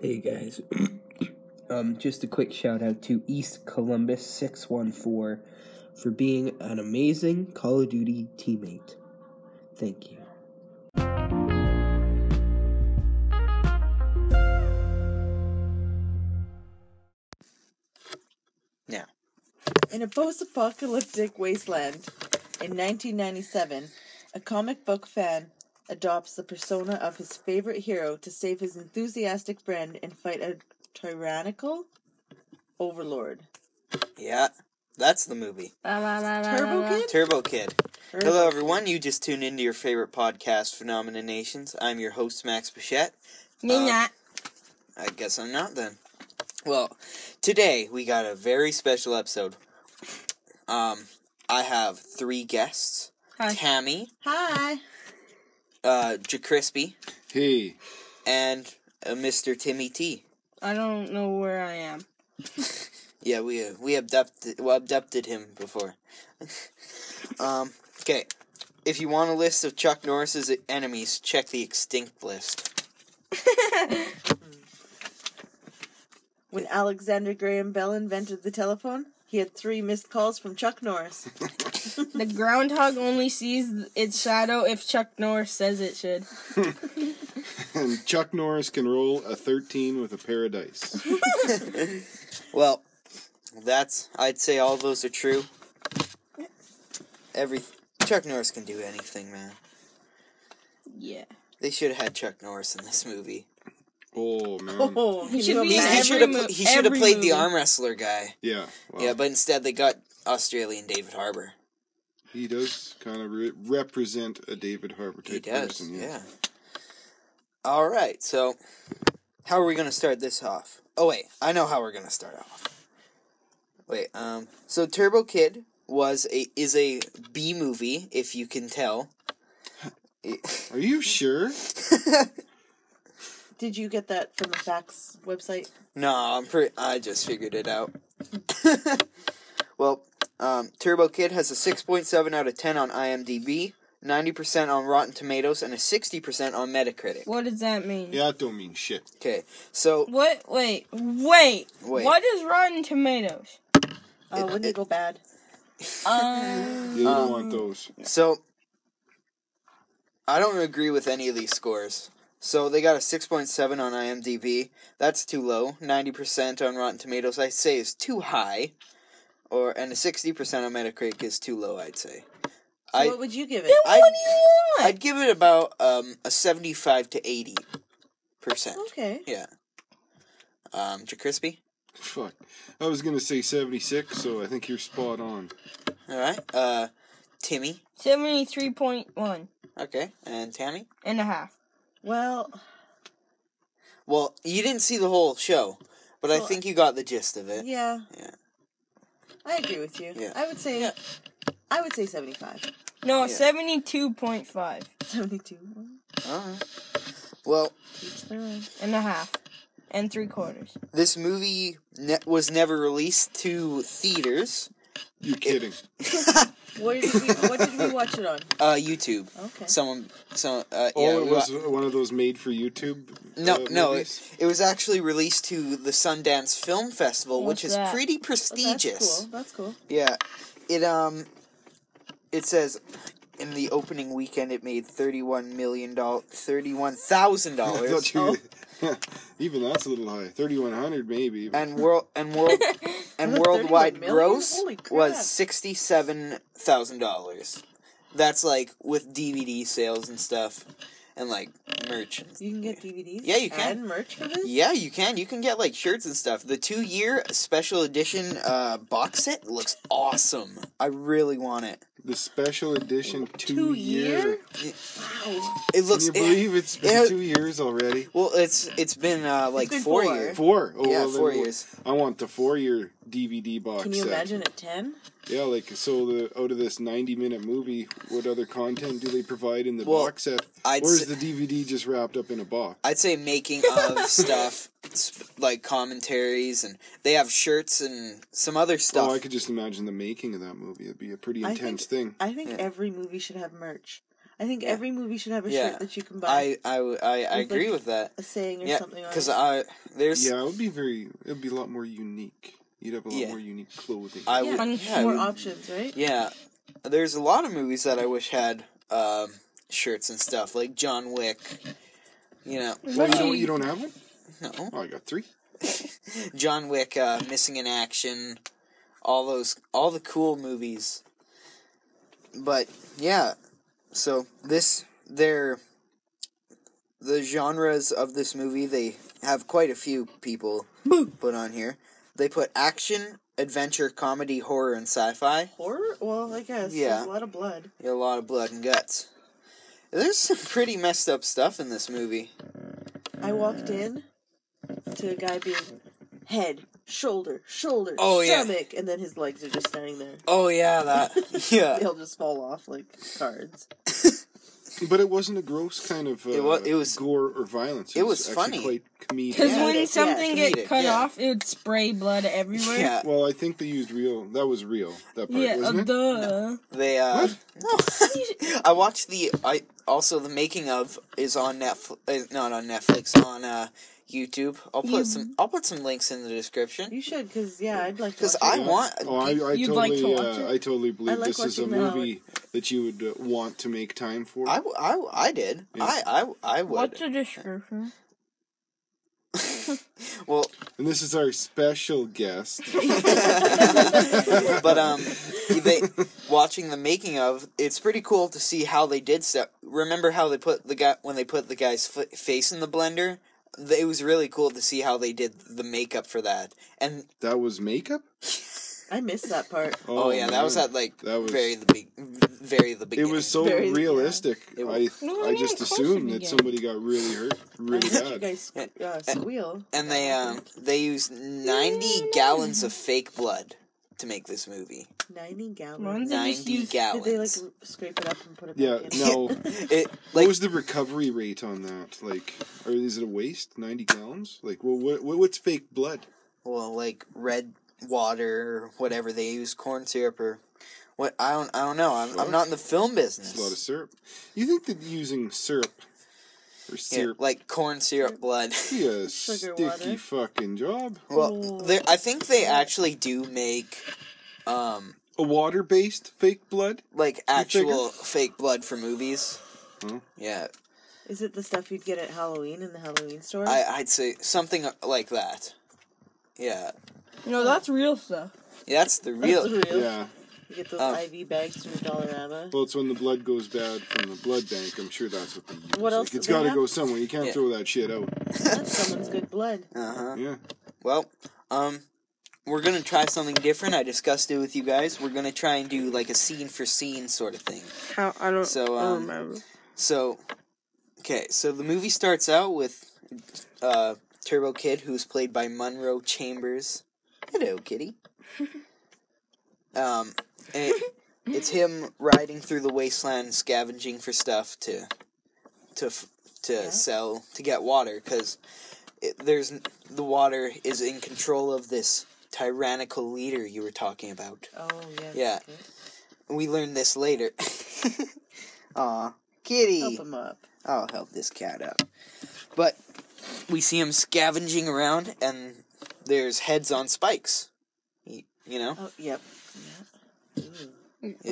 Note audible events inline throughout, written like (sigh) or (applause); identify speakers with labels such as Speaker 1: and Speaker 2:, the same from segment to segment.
Speaker 1: Hey guys. (clears throat) um, just a quick shout out to East Columbus 614 for being an amazing Call of Duty teammate. Thank you.
Speaker 2: In a post apocalyptic wasteland in 1997, a comic book fan adopts the persona of his favorite hero to save his enthusiastic friend and fight a tyrannical overlord.
Speaker 3: Yeah, that's the movie.
Speaker 2: Turbo Kid?
Speaker 3: Turbo Kid.
Speaker 2: Turbo
Speaker 3: Hello, everyone. You just tuned into your favorite podcast, Phenomena Nations. I'm your host, Max Bichette.
Speaker 4: Me not.
Speaker 3: I guess I'm not then. Well, today we got a very special episode. Um, I have three guests:
Speaker 4: Hi.
Speaker 3: Tammy,
Speaker 2: Hi.
Speaker 3: uh, Jacrispy,
Speaker 5: Hey, (laughs)
Speaker 3: and uh, Mr. Timmy T.
Speaker 4: I don't know where I am.
Speaker 3: Yeah, we uh, we abducted well, abducted him before. (laughs) um, okay. If you want a list of Chuck Norris's enemies, check the extinct list.
Speaker 2: When Alexander Graham Bell invented the telephone, he had three missed calls from
Speaker 3: (laughs)
Speaker 2: Chuck Norris.
Speaker 4: The groundhog only sees its shadow if Chuck Norris says it should.
Speaker 5: and Chuck Norris can roll a 13 with a pair of dice.
Speaker 3: Well, that's I'd say all those are true. Every Chuck Norris can do anything, man.
Speaker 4: Yeah.
Speaker 3: They should have had Chuck Norris in this movie. (laughs)
Speaker 5: Oh, man.
Speaker 2: Oh,
Speaker 4: He should
Speaker 2: you
Speaker 4: be
Speaker 3: He,
Speaker 4: in
Speaker 2: imagine?
Speaker 4: every
Speaker 3: should have
Speaker 4: mo-
Speaker 3: he should have
Speaker 4: every
Speaker 3: played
Speaker 4: movie.
Speaker 3: the arm wrestler guy.
Speaker 5: Yeah. Wow.
Speaker 3: Yeah, but instead they got Australian David Harbour.
Speaker 5: He does kind of re- represent a David Harbour type
Speaker 3: He does,
Speaker 5: person.
Speaker 3: yeah. All right, so how are we gonna start this off? Oh wait, I know how we're gonna start off. Wait, um, so Turbo Kid was a is a B movie, if you can tell.
Speaker 5: Are you sure?
Speaker 2: Did you get that from the facts website?
Speaker 3: No, I'm pretty. I just figured it out. (laughs) well, um, Turbo Kid has a 6.7 out of 10 on IMDb, 90% on Rotten Tomatoes, and a 60% on Metacritic.
Speaker 4: What does that mean?
Speaker 5: Yeah, that don't mean shit.
Speaker 3: Okay, so
Speaker 4: What? Wait. Wait.
Speaker 3: Wait.
Speaker 4: What is Rotten Tomatoes?
Speaker 2: Oh,
Speaker 3: It-
Speaker 2: wouldn't it,
Speaker 3: it-
Speaker 2: go bad?
Speaker 4: Um.
Speaker 5: You don't want those.
Speaker 3: So, I don't agree with any of these scores. So they got a 6.7 on IMDb. That's too low. 90% on Rotten Tomatoes, I say, is too high. Or and a 60% on Metacritic is too low, I'd say.
Speaker 2: So
Speaker 3: I
Speaker 2: what would you give it?
Speaker 4: What
Speaker 3: I'd,
Speaker 4: do you want?
Speaker 3: I'd give it about um, a 75 to 80 percent.
Speaker 2: Okay.
Speaker 3: Yeah. Um, Jacrispy.
Speaker 5: Fuck. I was going to say 76, so I think you're spot on.
Speaker 3: All right. Uh, Timmy.
Speaker 4: Seventy-three point one
Speaker 3: Okay. And Tammy.
Speaker 4: and a half.
Speaker 2: Well,
Speaker 3: Well, you didn't see the whole show, but I
Speaker 2: Well,
Speaker 3: think you got the gist of it.
Speaker 2: yeah.
Speaker 3: Yeah.
Speaker 2: I agree with you.
Speaker 3: Yeah.
Speaker 2: I would say I would say (laughs) 75.
Speaker 4: No,
Speaker 3: Yeah.
Speaker 4: seventy-two point five
Speaker 2: 72.
Speaker 3: Alright. Uh-huh. Well,
Speaker 2: Each their own.
Speaker 4: and a half and three quarters.
Speaker 3: this movie ne- was never released to theaters,
Speaker 5: You're kidding.
Speaker 2: Where did we, what did we watch it on?
Speaker 3: uh, YouTube.
Speaker 2: Okay.
Speaker 3: Someone, so, uh,
Speaker 5: Oh,
Speaker 3: yeah,
Speaker 5: it
Speaker 3: we
Speaker 5: was
Speaker 3: wa-
Speaker 5: one of those made for YouTube?
Speaker 3: no,
Speaker 5: uh,
Speaker 3: no, it,
Speaker 5: movies?
Speaker 3: it was actually released to the Sundance Film Festival,
Speaker 4: What's
Speaker 3: which is
Speaker 4: that?
Speaker 3: pretty
Speaker 2: Well, Oh, that's
Speaker 3: prestigious.
Speaker 2: cool. That's cool.
Speaker 3: Yeah, it um, it says in the opening weekend it made thirty-one million dollars, thirty-one thousand
Speaker 5: (laughs) (laughs) I
Speaker 3: dollars,
Speaker 5: thought you Even that's a little high. 3100 maybe. but-
Speaker 3: and world and world and
Speaker 2: Was it 31
Speaker 3: worldwide
Speaker 2: million?
Speaker 3: gross
Speaker 2: Holy crap.
Speaker 3: was sixty-seven thousand dollars. That's like with DVD sales and stuff, and like merch. and-
Speaker 2: You can get DVDs.
Speaker 3: Yeah, you can.
Speaker 2: And merch for this.
Speaker 3: Yeah, you can. You can get like shirts and stuff. The two-year special edition uh, box set looks awesome. I really want it.
Speaker 5: The special edition two,
Speaker 2: Two
Speaker 5: year.
Speaker 2: year.
Speaker 3: It
Speaker 5: Can
Speaker 3: looks. (laughs)
Speaker 5: you believe it's been
Speaker 3: it-
Speaker 5: two years already?
Speaker 3: Well, it's it's been uh, like
Speaker 2: been
Speaker 3: four,
Speaker 2: four.
Speaker 3: years.
Speaker 5: Four. Oh,
Speaker 3: Yeah,
Speaker 5: well, then
Speaker 3: four
Speaker 5: we-
Speaker 3: years.
Speaker 5: I want the four year DVD box.
Speaker 2: Can you
Speaker 5: set.
Speaker 2: imagine at 10?
Speaker 5: Yeah, like so. The out of this ninety minute movie, what other content do they provide in the
Speaker 3: Well,
Speaker 5: box set?
Speaker 3: I'd
Speaker 5: or is
Speaker 3: s-
Speaker 5: the DVD just wrapped up in a box?
Speaker 3: I'd say making of stuff, sp- like commentaries, and they have shirts and some other stuff.
Speaker 5: Oh, I could just imagine the making of that movie. It'd be a pretty
Speaker 2: I
Speaker 5: intense
Speaker 2: think-
Speaker 5: thing.
Speaker 2: I think
Speaker 3: Yeah.
Speaker 2: every movie should have merch. I think every movie should have a
Speaker 3: Yeah.
Speaker 2: shirt that you can buy
Speaker 3: I I w- I, I
Speaker 2: With,
Speaker 3: agree
Speaker 2: like,
Speaker 3: with that.
Speaker 2: a saying or
Speaker 3: Yeah,
Speaker 2: something on
Speaker 3: because
Speaker 2: it.
Speaker 3: I there's
Speaker 5: Yeah, it would be very. It would be a lot more unique. You'd have a lot
Speaker 3: Yeah.
Speaker 5: more unique clothing.
Speaker 3: I
Speaker 2: Yeah.
Speaker 3: would yeah, I
Speaker 2: more
Speaker 3: would-
Speaker 2: options, right?
Speaker 3: yeah. There's a lot of movies that I wish had um, shirts and stuff like John Wick. You know,
Speaker 5: Well, you don't. You don't have one.
Speaker 3: no
Speaker 5: Oh, I got three.
Speaker 3: John Wick, uh, Missing in Action, all those, all the cool movies. But yeah, so this they're the genres of this movie. They have quite a few people put on here. They put action, adventure, comedy, horror, and sci-fi.
Speaker 2: Horror? Well, I guess.
Speaker 3: Yeah.
Speaker 2: There's a lot of blood.
Speaker 3: A lot of blood and guts. There's some pretty messed up stuff in this movie.
Speaker 2: I walked in to a guy being head, shoulder, shoulder,
Speaker 3: Oh, yeah.
Speaker 2: stomach, and then his legs are just standing there.
Speaker 3: Oh yeah, that (laughs) yeah.
Speaker 2: They'll just fall off like cards.
Speaker 5: But it wasn't a gross kind of. Uh,
Speaker 3: It wa- it was-
Speaker 5: gore or violence.
Speaker 3: it was
Speaker 5: actually
Speaker 3: funny.
Speaker 5: Quite comedic.
Speaker 4: Because
Speaker 2: Yeah.
Speaker 4: when
Speaker 2: Yeah,
Speaker 4: something
Speaker 3: comedic,
Speaker 4: get cut
Speaker 3: yeah.
Speaker 4: off, it would spray blood everywhere.
Speaker 3: Yeah, Mm-hmm.
Speaker 5: Well, I think they used real. That was real. That part
Speaker 4: Yeah, uh,
Speaker 5: wasn't it?
Speaker 4: duh.
Speaker 3: They uh no. (laughs) I watched the I also the making of is on Netflix uh, not on Netflix on uh YouTube. I'll put some I'll put some links in the description
Speaker 2: You should, because, yeah, I'd like to.
Speaker 3: cuz
Speaker 2: watch
Speaker 3: I
Speaker 2: it.
Speaker 3: want
Speaker 5: Oh, I, I
Speaker 4: You'd
Speaker 5: totally,
Speaker 4: like to watch
Speaker 5: uh,
Speaker 4: it?
Speaker 5: I totally
Speaker 2: I
Speaker 5: believe
Speaker 2: like
Speaker 5: this is a
Speaker 2: watching that.
Speaker 5: movie that you would uh, want to make time for.
Speaker 3: I, w- I, w- I did. I, I I would.
Speaker 4: What's the description?
Speaker 3: Well, (laughs)
Speaker 5: and this is our special guest.
Speaker 3: but um they watching the making of it's pretty cool to see how they did stuff. Remember how they put the guy when they put the guy's f- face in the blender? Th- It was really cool to see how they did the makeup for that. And
Speaker 5: That was makeup.
Speaker 2: I missed that part.
Speaker 3: oh, yeah, that was
Speaker 5: man.
Speaker 3: at like
Speaker 5: That was-
Speaker 3: very the big very the
Speaker 5: It
Speaker 3: beginning.
Speaker 5: was so
Speaker 2: Very-
Speaker 5: realistic.
Speaker 3: It
Speaker 5: I
Speaker 3: was-
Speaker 4: No,
Speaker 5: I
Speaker 4: yeah,
Speaker 5: just
Speaker 4: of course
Speaker 5: assumed
Speaker 4: it
Speaker 5: that
Speaker 4: began.
Speaker 5: somebody got really hurt, really
Speaker 2: I heard you
Speaker 5: bad.
Speaker 2: guys sque- uh, squeal.
Speaker 3: and they um they used 90 gallons of fake blood to make this movie
Speaker 2: 90 gallons.
Speaker 4: Mine's a- They just
Speaker 3: 90
Speaker 4: used-
Speaker 2: Did they, like,
Speaker 3: gallons
Speaker 4: (laughs)
Speaker 2: r- scrape it up and put it
Speaker 5: Yeah,
Speaker 2: back in?
Speaker 5: no.
Speaker 3: it
Speaker 5: what
Speaker 3: like
Speaker 5: was the recovery rate on that? Like, or is it a waste? Ninety gallons? Like, well, what, what what's fake blood?
Speaker 3: well like red water or whatever they use corn syrup or what i don't i don't know i'm, I'm not in the film
Speaker 5: It's a lot of
Speaker 3: business
Speaker 5: syrup. You think that using syrup
Speaker 3: yeah,
Speaker 5: or syrup
Speaker 3: like corn syrup
Speaker 4: (laughs)
Speaker 3: blood
Speaker 5: would be a
Speaker 2: Sugar
Speaker 5: sticky
Speaker 2: water.
Speaker 5: fucking job?
Speaker 3: well there i think they actually do make um
Speaker 5: A water based fake blood?
Speaker 3: like actual fake blood for movies
Speaker 5: Hmm.
Speaker 3: yeah
Speaker 2: (laughs) Is it the stuff you'd get at Halloween in the Halloween store?
Speaker 3: I, i'd say something uh, like that yeah
Speaker 4: No, that's real stuff.
Speaker 3: that's the
Speaker 2: That's
Speaker 3: real
Speaker 2: real.
Speaker 5: Yeah.
Speaker 2: You get
Speaker 3: Um,
Speaker 2: those IV bags from
Speaker 3: (laughs)
Speaker 2: Dollarama.
Speaker 5: Well, it's when the blood goes bad from the blood bank. I'm sure that's what they use.
Speaker 2: What else
Speaker 5: Like, it's
Speaker 2: do they
Speaker 5: got to
Speaker 2: have?
Speaker 5: go somewhere. You can't
Speaker 3: Yeah.
Speaker 5: throw that shit out.
Speaker 2: That's someone's good blood.
Speaker 3: uh-huh
Speaker 5: Yeah.
Speaker 3: Well, um, we're gonna try something different. I discussed it with you guys. We're gonna try and do like a scene for scene sort of thing.
Speaker 4: How I don't,
Speaker 3: So, I don't um,
Speaker 4: remember.
Speaker 3: So, okay, so the movie starts out with uh, Turbo Kid, who's played by Monroe Chambers. Hello, kitty. um, and it- it's him riding through the wasteland, scavenging for stuff to to f- to sell to get water because there's n- the water is in control of this tyrannical leader you were talking about.
Speaker 2: Oh, yes.
Speaker 3: Yeah.
Speaker 2: okay.
Speaker 3: We learned this later. (laughs) Aw, kitty.
Speaker 2: Help him up.
Speaker 3: I'll help this cat out. But we see him scavenging around, and there's heads on spikes. You, you know?
Speaker 2: Oh, yep.
Speaker 3: It-
Speaker 2: Yeah. Ooh.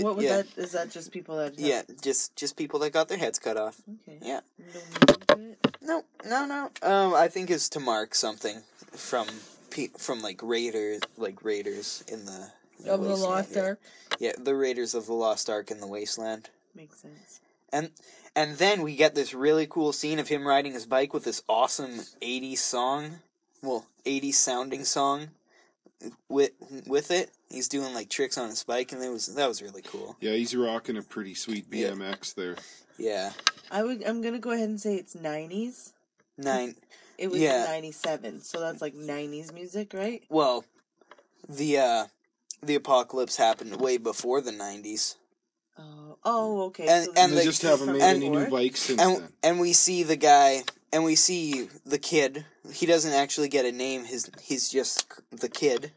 Speaker 2: What was
Speaker 3: yeah.
Speaker 2: that? Is that just people that?
Speaker 3: Yeah, just just people that got their heads cut off.
Speaker 2: Okay.
Speaker 3: Yeah.
Speaker 2: No movement.
Speaker 3: No, no, no. Um, I think it's to mark something from pe- from like raiders, like raiders in the
Speaker 4: Of the
Speaker 3: wasteland,
Speaker 4: Lost
Speaker 3: yeah.
Speaker 4: Ark.
Speaker 3: Yeah, the raiders of the Lost Ark in the wasteland.
Speaker 2: Makes sense.
Speaker 3: And and then we get this really cool scene of him riding his bike with this awesome 80s song. Well, 80s sounding song with with it. He's doing like tricks on his bike and it was that was really cool.
Speaker 5: Yeah, he's rocking a pretty sweet
Speaker 3: Yeah.
Speaker 5: BMX there.
Speaker 3: Yeah.
Speaker 2: I would. I'm gonna go ahead and say it's '90s.
Speaker 3: Nine
Speaker 2: It was
Speaker 3: Yeah.
Speaker 2: '97, so that's like '90s music, right?
Speaker 3: well, the uh the apocalypse happened way before the 90s.
Speaker 2: Oh. Oh, okay.
Speaker 3: Mm. And-
Speaker 2: this
Speaker 3: and
Speaker 5: And
Speaker 2: is
Speaker 5: they
Speaker 3: the-
Speaker 5: just haven't
Speaker 2: from
Speaker 5: made any new
Speaker 2: before?
Speaker 5: bikes since
Speaker 3: And
Speaker 5: then.
Speaker 3: and we see the guy and we see the kid. He doesn't actually get a name. His he's just the kid.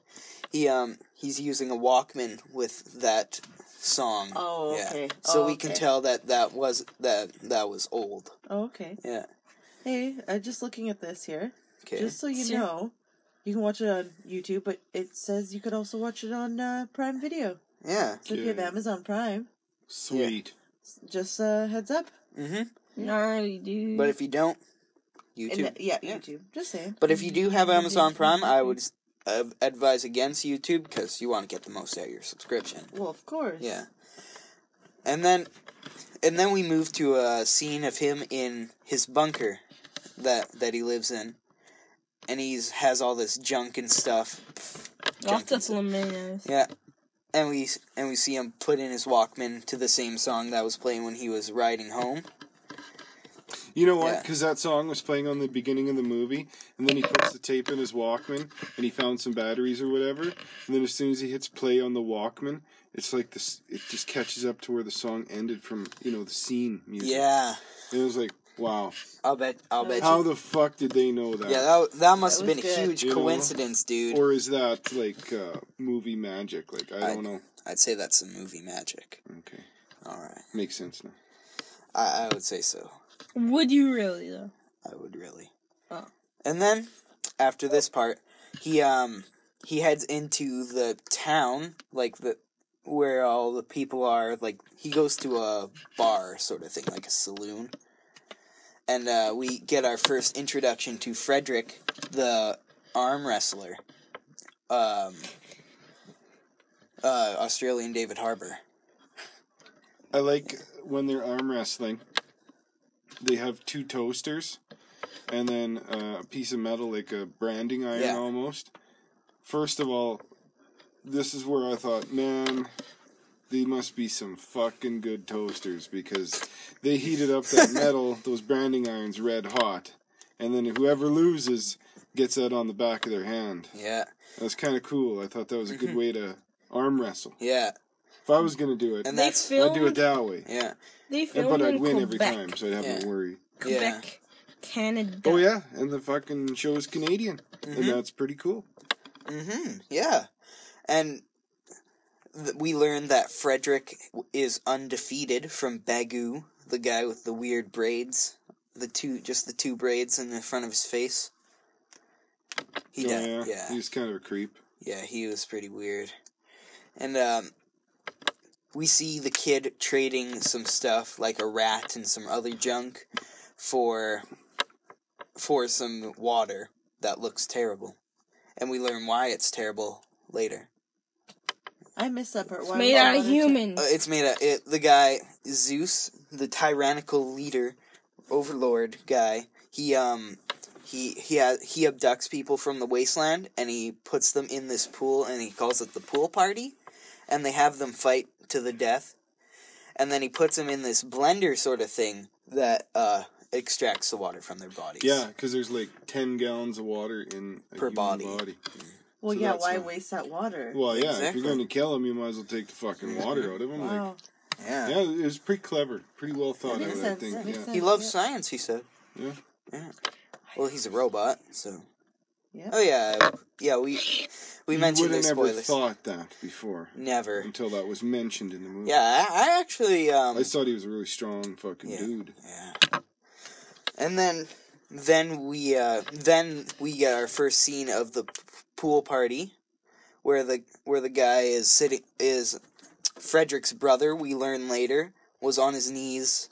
Speaker 3: He um he's using a Walkman with that song.
Speaker 2: Oh,
Speaker 3: Yeah.
Speaker 2: okay.
Speaker 3: So
Speaker 2: Oh,
Speaker 3: we can
Speaker 2: okay.
Speaker 3: tell that that was that that was old.
Speaker 2: Oh, okay.
Speaker 3: Yeah.
Speaker 2: Hey, I'm just looking at this here.
Speaker 3: Okay.
Speaker 2: Just so you
Speaker 4: Sure.
Speaker 2: know, you can watch it on YouTube, but it says you could also watch it on uh, Prime Video.
Speaker 3: yeah.
Speaker 2: So if you have
Speaker 5: Yeah.
Speaker 2: Amazon Prime,
Speaker 5: Sweet.
Speaker 2: just uh, heads up.
Speaker 3: Mhm.
Speaker 4: Gnarly dude.
Speaker 3: But if you don't,
Speaker 2: And,
Speaker 3: YouTube.
Speaker 2: uh, yeah, Mm-hmm.
Speaker 3: Yeah.
Speaker 2: YouTube. Just saying.
Speaker 3: But if you do have Amazon Prime, I would uh, advise against YouTube because you want to get the most out of your subscription.
Speaker 2: Well, of course.
Speaker 3: Yeah. And then, and then we move to a scene of him in his bunker that that he lives in, and he's has all this junk and stuff.
Speaker 4: Lots of
Speaker 3: Jenkins.
Speaker 4: flamingos.
Speaker 3: Yeah. And we s- and we see him put in his Walkman to the same song that was playing when he was riding home.
Speaker 5: You know what?
Speaker 3: Yeah.
Speaker 5: Because that song was playing on the beginning of the movie, and then he puts the tape in his Walkman, and he found some batteries or whatever. And then as soon as he hits play on the Walkman, it's like this. It just catches up to where the song ended from. You know the scene music.
Speaker 3: Yeah.
Speaker 5: And it was like, wow,
Speaker 3: I'll bet. I'll bet.
Speaker 5: how
Speaker 3: you.
Speaker 5: the fuck did they know that?
Speaker 3: Yeah. That that must
Speaker 2: That
Speaker 3: have been
Speaker 2: was
Speaker 3: a
Speaker 2: good.
Speaker 3: huge
Speaker 5: You know?
Speaker 3: coincidence, dude.
Speaker 5: or is that like uh, movie magic? Like I don't know.
Speaker 3: I'd say that's some movie magic.
Speaker 5: Okay,
Speaker 3: All right.
Speaker 5: makes sense now.
Speaker 3: I I would say so.
Speaker 4: Would you really though?
Speaker 3: I would really.
Speaker 4: Oh.
Speaker 3: And then after this part, he um he heads into the town like the where all the people are like he goes to a bar sort of thing like a saloon. And uh, we get our first introduction to Frederick the arm wrestler. Um uh, Australian David Harbour.
Speaker 5: I like when they're arm wrestling. They have two toasters, and then uh, a piece of metal like a branding iron
Speaker 3: Yeah.
Speaker 5: almost. First of all, this is where I thought, man, they must be some fucking good toasters because they heated
Speaker 3: (laughs)
Speaker 5: up that metal, those branding irons, red hot, and then whoever loses gets that on the back of their hand.
Speaker 3: Yeah,
Speaker 5: That's kind of cool. I thought that was a
Speaker 3: Mm-hmm.
Speaker 5: good way to arm wrestle.
Speaker 3: yeah,
Speaker 5: If I was gonna do it,
Speaker 3: And
Speaker 4: They
Speaker 3: that's-
Speaker 5: I'd do
Speaker 4: filmed.
Speaker 5: it that way.
Speaker 3: yeah,
Speaker 4: They
Speaker 5: Yeah,
Speaker 4: filmed
Speaker 5: but I'd
Speaker 4: in
Speaker 5: win
Speaker 4: Quebec,
Speaker 5: every time, so I'd have
Speaker 3: Yeah.
Speaker 5: no worry.
Speaker 3: yeah.
Speaker 4: Quebec, Canada.
Speaker 5: Oh yeah, and the fucking show's Canadian, and that's pretty cool.
Speaker 3: Mm-hmm. Yeah, and th- we learned that Frederick w- is undefeated from Bagu, the guy with the weird braids, the two just the two braids in the front of his face. He
Speaker 5: oh,
Speaker 3: died.
Speaker 5: yeah,
Speaker 3: yeah,
Speaker 5: he's kind of a creep.
Speaker 3: yeah, he was pretty weird. And um we see the kid trading some stuff like a rat and some other junk for for some water that looks terrible. And we learn why it's terrible later.
Speaker 2: I missed that part. Why
Speaker 4: Made
Speaker 2: why
Speaker 4: out of
Speaker 2: would I
Speaker 4: humans.
Speaker 3: Uh, it's made a it, the guy Zeus, the tyrannical leader, overlord guy. He um he he ha- he abducts people from the wasteland and he puts them in this pool and he calls it the pool party, and they have them fight to the death, and then he puts them in this blender sort of thing that uh extracts the water from their bodies.
Speaker 5: Yeah, because there's like ten gallons of water in a
Speaker 3: Per
Speaker 5: human
Speaker 3: body.
Speaker 2: Well,
Speaker 5: So
Speaker 2: yeah,
Speaker 5: that's
Speaker 2: why
Speaker 5: not-
Speaker 2: waste that water?
Speaker 5: Well, yeah,
Speaker 3: Exactly.
Speaker 5: if you're going to kill him, you might as well take the fucking water out of him.
Speaker 2: wow.
Speaker 5: Like,
Speaker 3: yeah.
Speaker 5: yeah, it was pretty clever, pretty well thought
Speaker 2: makes
Speaker 5: out. I
Speaker 2: sense,
Speaker 5: think.
Speaker 2: that makes
Speaker 5: Yeah,
Speaker 2: sense.
Speaker 3: He loves science. He said.
Speaker 5: yeah.
Speaker 3: Yeah. Well, he's a robot, so.
Speaker 2: Yeah.
Speaker 3: Oh yeah, yeah. We we
Speaker 5: you
Speaker 3: mentioned
Speaker 5: would
Speaker 3: their
Speaker 5: have never
Speaker 3: spoilers.
Speaker 5: thought that before
Speaker 3: Never.
Speaker 5: until that was mentioned in the movie.
Speaker 3: Yeah, I, I actually. Um,
Speaker 5: I just thought he was a really strong fucking
Speaker 3: Yeah.
Speaker 5: dude.
Speaker 3: yeah. And then, then we uh, then we get our first scene of the p- pool party, where the where the guy is sitting is Frederick's brother. We learn later was on his knees,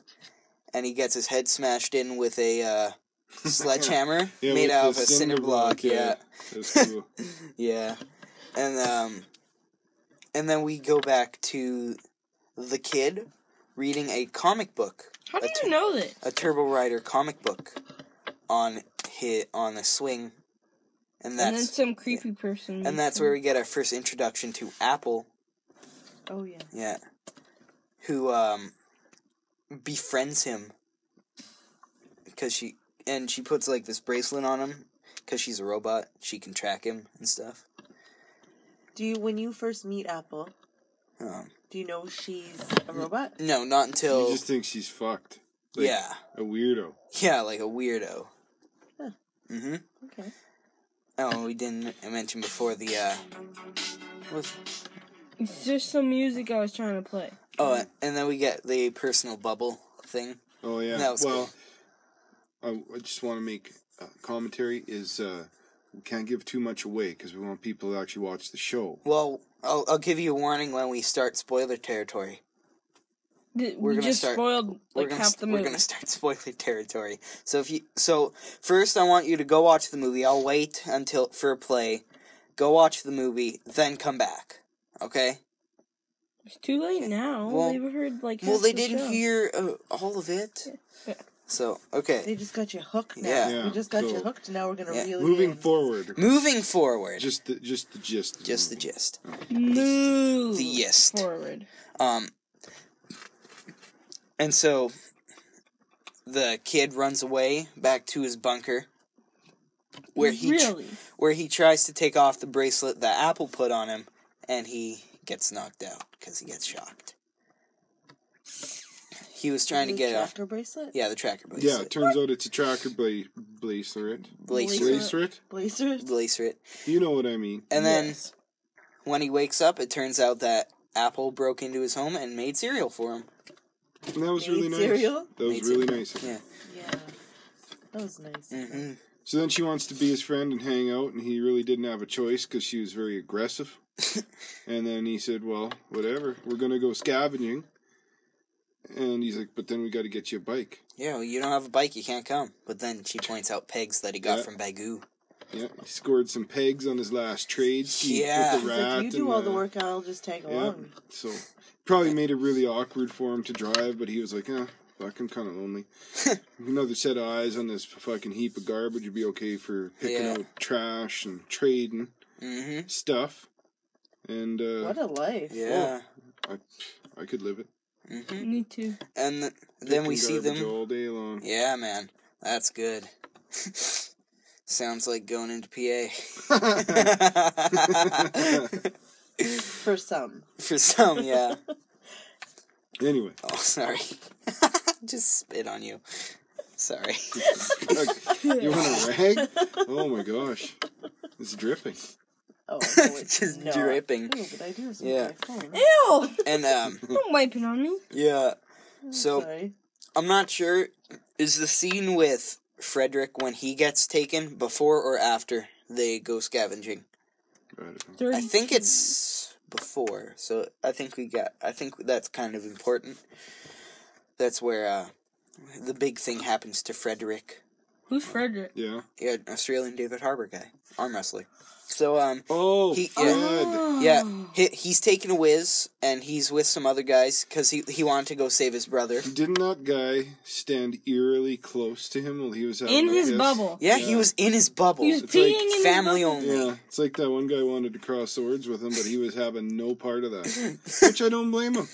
Speaker 3: and he gets his head smashed in with a uh, sledgehammer
Speaker 5: Yeah,
Speaker 3: made
Speaker 5: with
Speaker 3: out of
Speaker 5: the
Speaker 3: a cinder block. yeah.
Speaker 5: It
Speaker 3: (laughs)
Speaker 5: was cool.
Speaker 3: Yeah. And um and then we go back to the kid reading a comic book,
Speaker 4: How do
Speaker 3: a
Speaker 4: you know this?
Speaker 3: a Turbo Rider comic book on hit on a swing. And
Speaker 4: And then
Speaker 3: that's
Speaker 4: some creepy person.
Speaker 3: and that's where we get our first introduction to Apple,
Speaker 2: Oh, yeah.
Speaker 3: yeah. Who um befriends him because she and she puts like this bracelet on him cuz she's a robot, she can track him and stuff.
Speaker 2: Do you, when you first meet Apple,
Speaker 3: Um,
Speaker 2: do you know she's a robot?
Speaker 3: no, not until
Speaker 5: You just think she's fucked. Like,
Speaker 3: yeah.
Speaker 5: A weirdo.
Speaker 3: Yeah, like a weirdo. Mm-hmm.
Speaker 2: Okay.
Speaker 3: Oh, we didn't mention before the uh, was
Speaker 4: It's just some music I was trying to play.
Speaker 3: Oh, and then we get the personal bubble thing.
Speaker 5: Oh yeah.
Speaker 3: That was
Speaker 5: well, I, I just want to make uh, commentary. Is uh, we can't give too much away because we want people to actually watch the show.
Speaker 3: Well, I'll, I'll give you a warning when we start spoiler territory.
Speaker 4: Th-
Speaker 3: We're
Speaker 4: we
Speaker 3: gonna
Speaker 4: just
Speaker 3: start-
Speaker 4: spoiled
Speaker 3: We're
Speaker 4: like
Speaker 3: gonna
Speaker 4: half
Speaker 3: st-
Speaker 4: the
Speaker 3: we're
Speaker 4: movie.
Speaker 3: gonna start (laughs) spoiler territory. So if you so first, I want you to go watch the movie. I'll wait until for a play. Go watch the movie, then come back. Okay.
Speaker 4: It's too late now.
Speaker 3: Well-
Speaker 4: They've heard like.
Speaker 3: Well,
Speaker 4: half
Speaker 3: they
Speaker 4: the
Speaker 3: didn't
Speaker 4: show.
Speaker 3: hear uh, all of it.
Speaker 4: Yeah.
Speaker 3: So okay,
Speaker 2: They just got you hooked now.
Speaker 3: Yeah.
Speaker 5: Yeah,
Speaker 2: we just got you
Speaker 5: so-
Speaker 2: hooked. Now we're gonna
Speaker 3: Yeah.
Speaker 2: reel it
Speaker 5: Moving
Speaker 2: in.
Speaker 5: forward,
Speaker 3: moving forward, just,
Speaker 5: just the just the gist. of
Speaker 3: the
Speaker 5: movie.
Speaker 3: gist.
Speaker 4: Move
Speaker 3: The gist.
Speaker 4: forward.
Speaker 3: Um, and so the kid runs away back to his bunker, where he tr-
Speaker 4: really
Speaker 3: where he tries to take off the bracelet that Apple put on him, and he gets knocked out because he gets shocked. He was trying to
Speaker 2: The
Speaker 3: get it off.
Speaker 2: tracker bracelet.
Speaker 3: Yeah, the tracker
Speaker 5: Yeah, it
Speaker 3: bracelet.
Speaker 5: turns out it's a tracker bla- bracelet.
Speaker 3: Blazer,
Speaker 4: Blazer.
Speaker 5: Bracelet?
Speaker 2: Blazers.
Speaker 3: blazer it.
Speaker 5: You know what I mean.
Speaker 3: And then when he wakes up, it turns out that Apple broke into his home and made cereal for him.
Speaker 5: And that was
Speaker 2: Made
Speaker 5: really nice.
Speaker 2: cereal?
Speaker 5: That was
Speaker 3: Made
Speaker 5: really nice.
Speaker 3: Yeah.
Speaker 2: Yeah, that was nice.
Speaker 3: hmm
Speaker 5: So then she wants to be his friend and hang out, and he really didn't have a choice because she was
Speaker 2: (laughs)
Speaker 5: very aggressive. and then he said, "Well, whatever, we're gonna go scavenging." And he's like, "But then we got to get you a bike."
Speaker 3: Yeah, well, you don't have a bike, you can't come. But then she points out pegs that he got
Speaker 5: Yeah.
Speaker 3: from Bagoo.
Speaker 5: Yeah, he scored some pegs on his last trade. He put
Speaker 3: Yeah.
Speaker 5: the
Speaker 2: He's like,
Speaker 5: rat
Speaker 2: you
Speaker 5: and uh,
Speaker 2: do all the work, I'll just tag
Speaker 5: Yeah,
Speaker 2: along.
Speaker 5: so probably made it really awkward for him to drive, but he was like, "Eh, fuck, I'm kind
Speaker 2: (laughs)
Speaker 5: of lonely." Another set of eyes on this fucking heap of garbage would be okay for picking
Speaker 3: Yeah.
Speaker 5: out trash and trading
Speaker 3: hmm
Speaker 5: stuff. And uh,
Speaker 2: What a life!
Speaker 3: Yeah.
Speaker 5: I, I could live it.
Speaker 3: hmm
Speaker 4: me
Speaker 3: (laughs)
Speaker 4: too.
Speaker 3: And th- then we see
Speaker 5: Picking garbage
Speaker 3: them.
Speaker 5: all day long.
Speaker 3: Yeah, man. That's good. (laughs) Sounds like going into PA.
Speaker 2: For some,
Speaker 3: (laughs) For some, yeah.
Speaker 5: (laughs) Anyway,
Speaker 3: Oh, sorry. (laughs) Just spit on you. Sorry.
Speaker 5: fuck, you want a
Speaker 4: (laughs)
Speaker 5: rag? Oh my gosh, it's dripping.
Speaker 3: (laughs)
Speaker 2: oh, no, it's
Speaker 3: Just
Speaker 2: not.
Speaker 3: dripping.
Speaker 2: Ew, but I do have some
Speaker 3: Yeah.
Speaker 2: yeah. phone.
Speaker 4: Ew!
Speaker 3: And um
Speaker 4: Don't wipe it on me.
Speaker 3: yeah. So
Speaker 2: Sorry.
Speaker 3: I'm not sure is the scene with Frederick when he gets taken before or after they go scavenging.
Speaker 5: Right.
Speaker 3: I think it's before. So I think we got I think that's kind of important. That's where uh the big thing happens to Frederick.
Speaker 4: Who's Frederick?
Speaker 5: Yeah.
Speaker 3: Yeah, Australian David Harbour guy, arm wrestler. So um
Speaker 5: Oh,
Speaker 3: He-
Speaker 5: Fred.
Speaker 3: Yeah, he, he's taking a whiz, and he's with some other guys because he he wanted to go save his brother.
Speaker 5: Didn't that guy stand eerily close to him while he was having
Speaker 4: In
Speaker 5: a
Speaker 4: his
Speaker 5: piss?
Speaker 4: bubble.
Speaker 3: Yeah,
Speaker 5: Yeah.
Speaker 3: he was in his bubble.
Speaker 4: He was
Speaker 5: It's like
Speaker 4: peeing in
Speaker 3: Family
Speaker 4: his
Speaker 3: only.
Speaker 5: Yeah, it's like that one guy wanted to cross swords with him, but he was having no part
Speaker 3: (laughs)
Speaker 5: of that, which I don't blame him.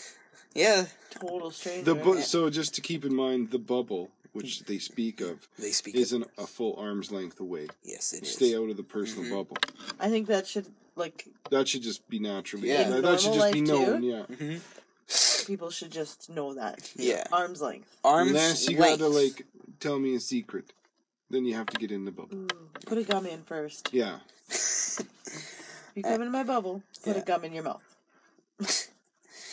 Speaker 3: Yeah,
Speaker 2: Total stranger.
Speaker 5: The bu- so just to keep in mind, the bubble, which they speak of,
Speaker 3: they speak. Of,
Speaker 5: isn't a full arm's length away.
Speaker 3: yes, Mm-hmm. it is.
Speaker 5: Stay out of the personal bubble.
Speaker 2: I think that should like
Speaker 5: That should just be naturally.
Speaker 3: Yeah.
Speaker 5: Yeah, that, that should just be
Speaker 2: Normal life,
Speaker 5: known.
Speaker 2: too?
Speaker 5: Yeah,
Speaker 2: people should just know that.
Speaker 3: Yeah.
Speaker 2: Arms length.
Speaker 3: Arms
Speaker 5: unless you
Speaker 3: length.
Speaker 5: gotta like tell me a secret, then you have to get in the bubble.
Speaker 2: Put a gum in first.
Speaker 5: Yeah,
Speaker 2: If you come into my bubble, put
Speaker 3: Eh, yeah.
Speaker 2: a gum in your mouth.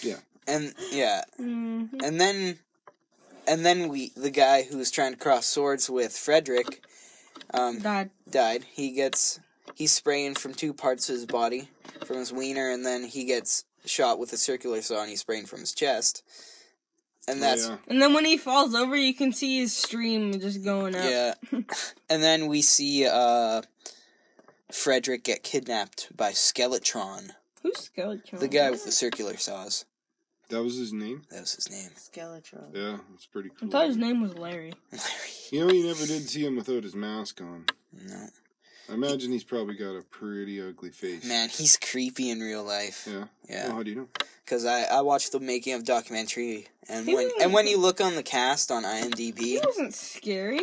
Speaker 5: yeah.
Speaker 3: and yeah,
Speaker 4: Mm,
Speaker 3: and then and then we the guy who was trying to cross swords with Frederick um,
Speaker 4: died.
Speaker 3: died. He gets he's spraying from two parts of his body, from his wiener, and then he gets shot with a circular saw, and he's spraying from his chest. And that's
Speaker 5: Oh, yeah.
Speaker 4: And then when he falls over, you can see his stream just going out.
Speaker 3: Yeah. and then we see uh Frederick get kidnapped by Skeletron,
Speaker 4: Who's Skeleton?
Speaker 3: the guy with the circular saws.
Speaker 5: That was his name.
Speaker 3: That was his name. (laughs)
Speaker 2: Skeletron.
Speaker 5: Yeah, it's pretty
Speaker 4: I
Speaker 5: cool.
Speaker 4: thought his name was Larry.
Speaker 3: Larry.
Speaker 5: You know, you never did see him without his mask on.
Speaker 3: No.
Speaker 5: I imagine he's probably got a pretty ugly face.
Speaker 3: Man, he's creepy in real life.
Speaker 5: Yeah. Oh,
Speaker 3: Yeah.
Speaker 5: how do you know?
Speaker 3: Cuz I I watched the making of documentary and
Speaker 4: He
Speaker 3: when
Speaker 4: was-
Speaker 3: and when you look on the cast on
Speaker 4: He
Speaker 3: IMDb,
Speaker 4: wasn't scary.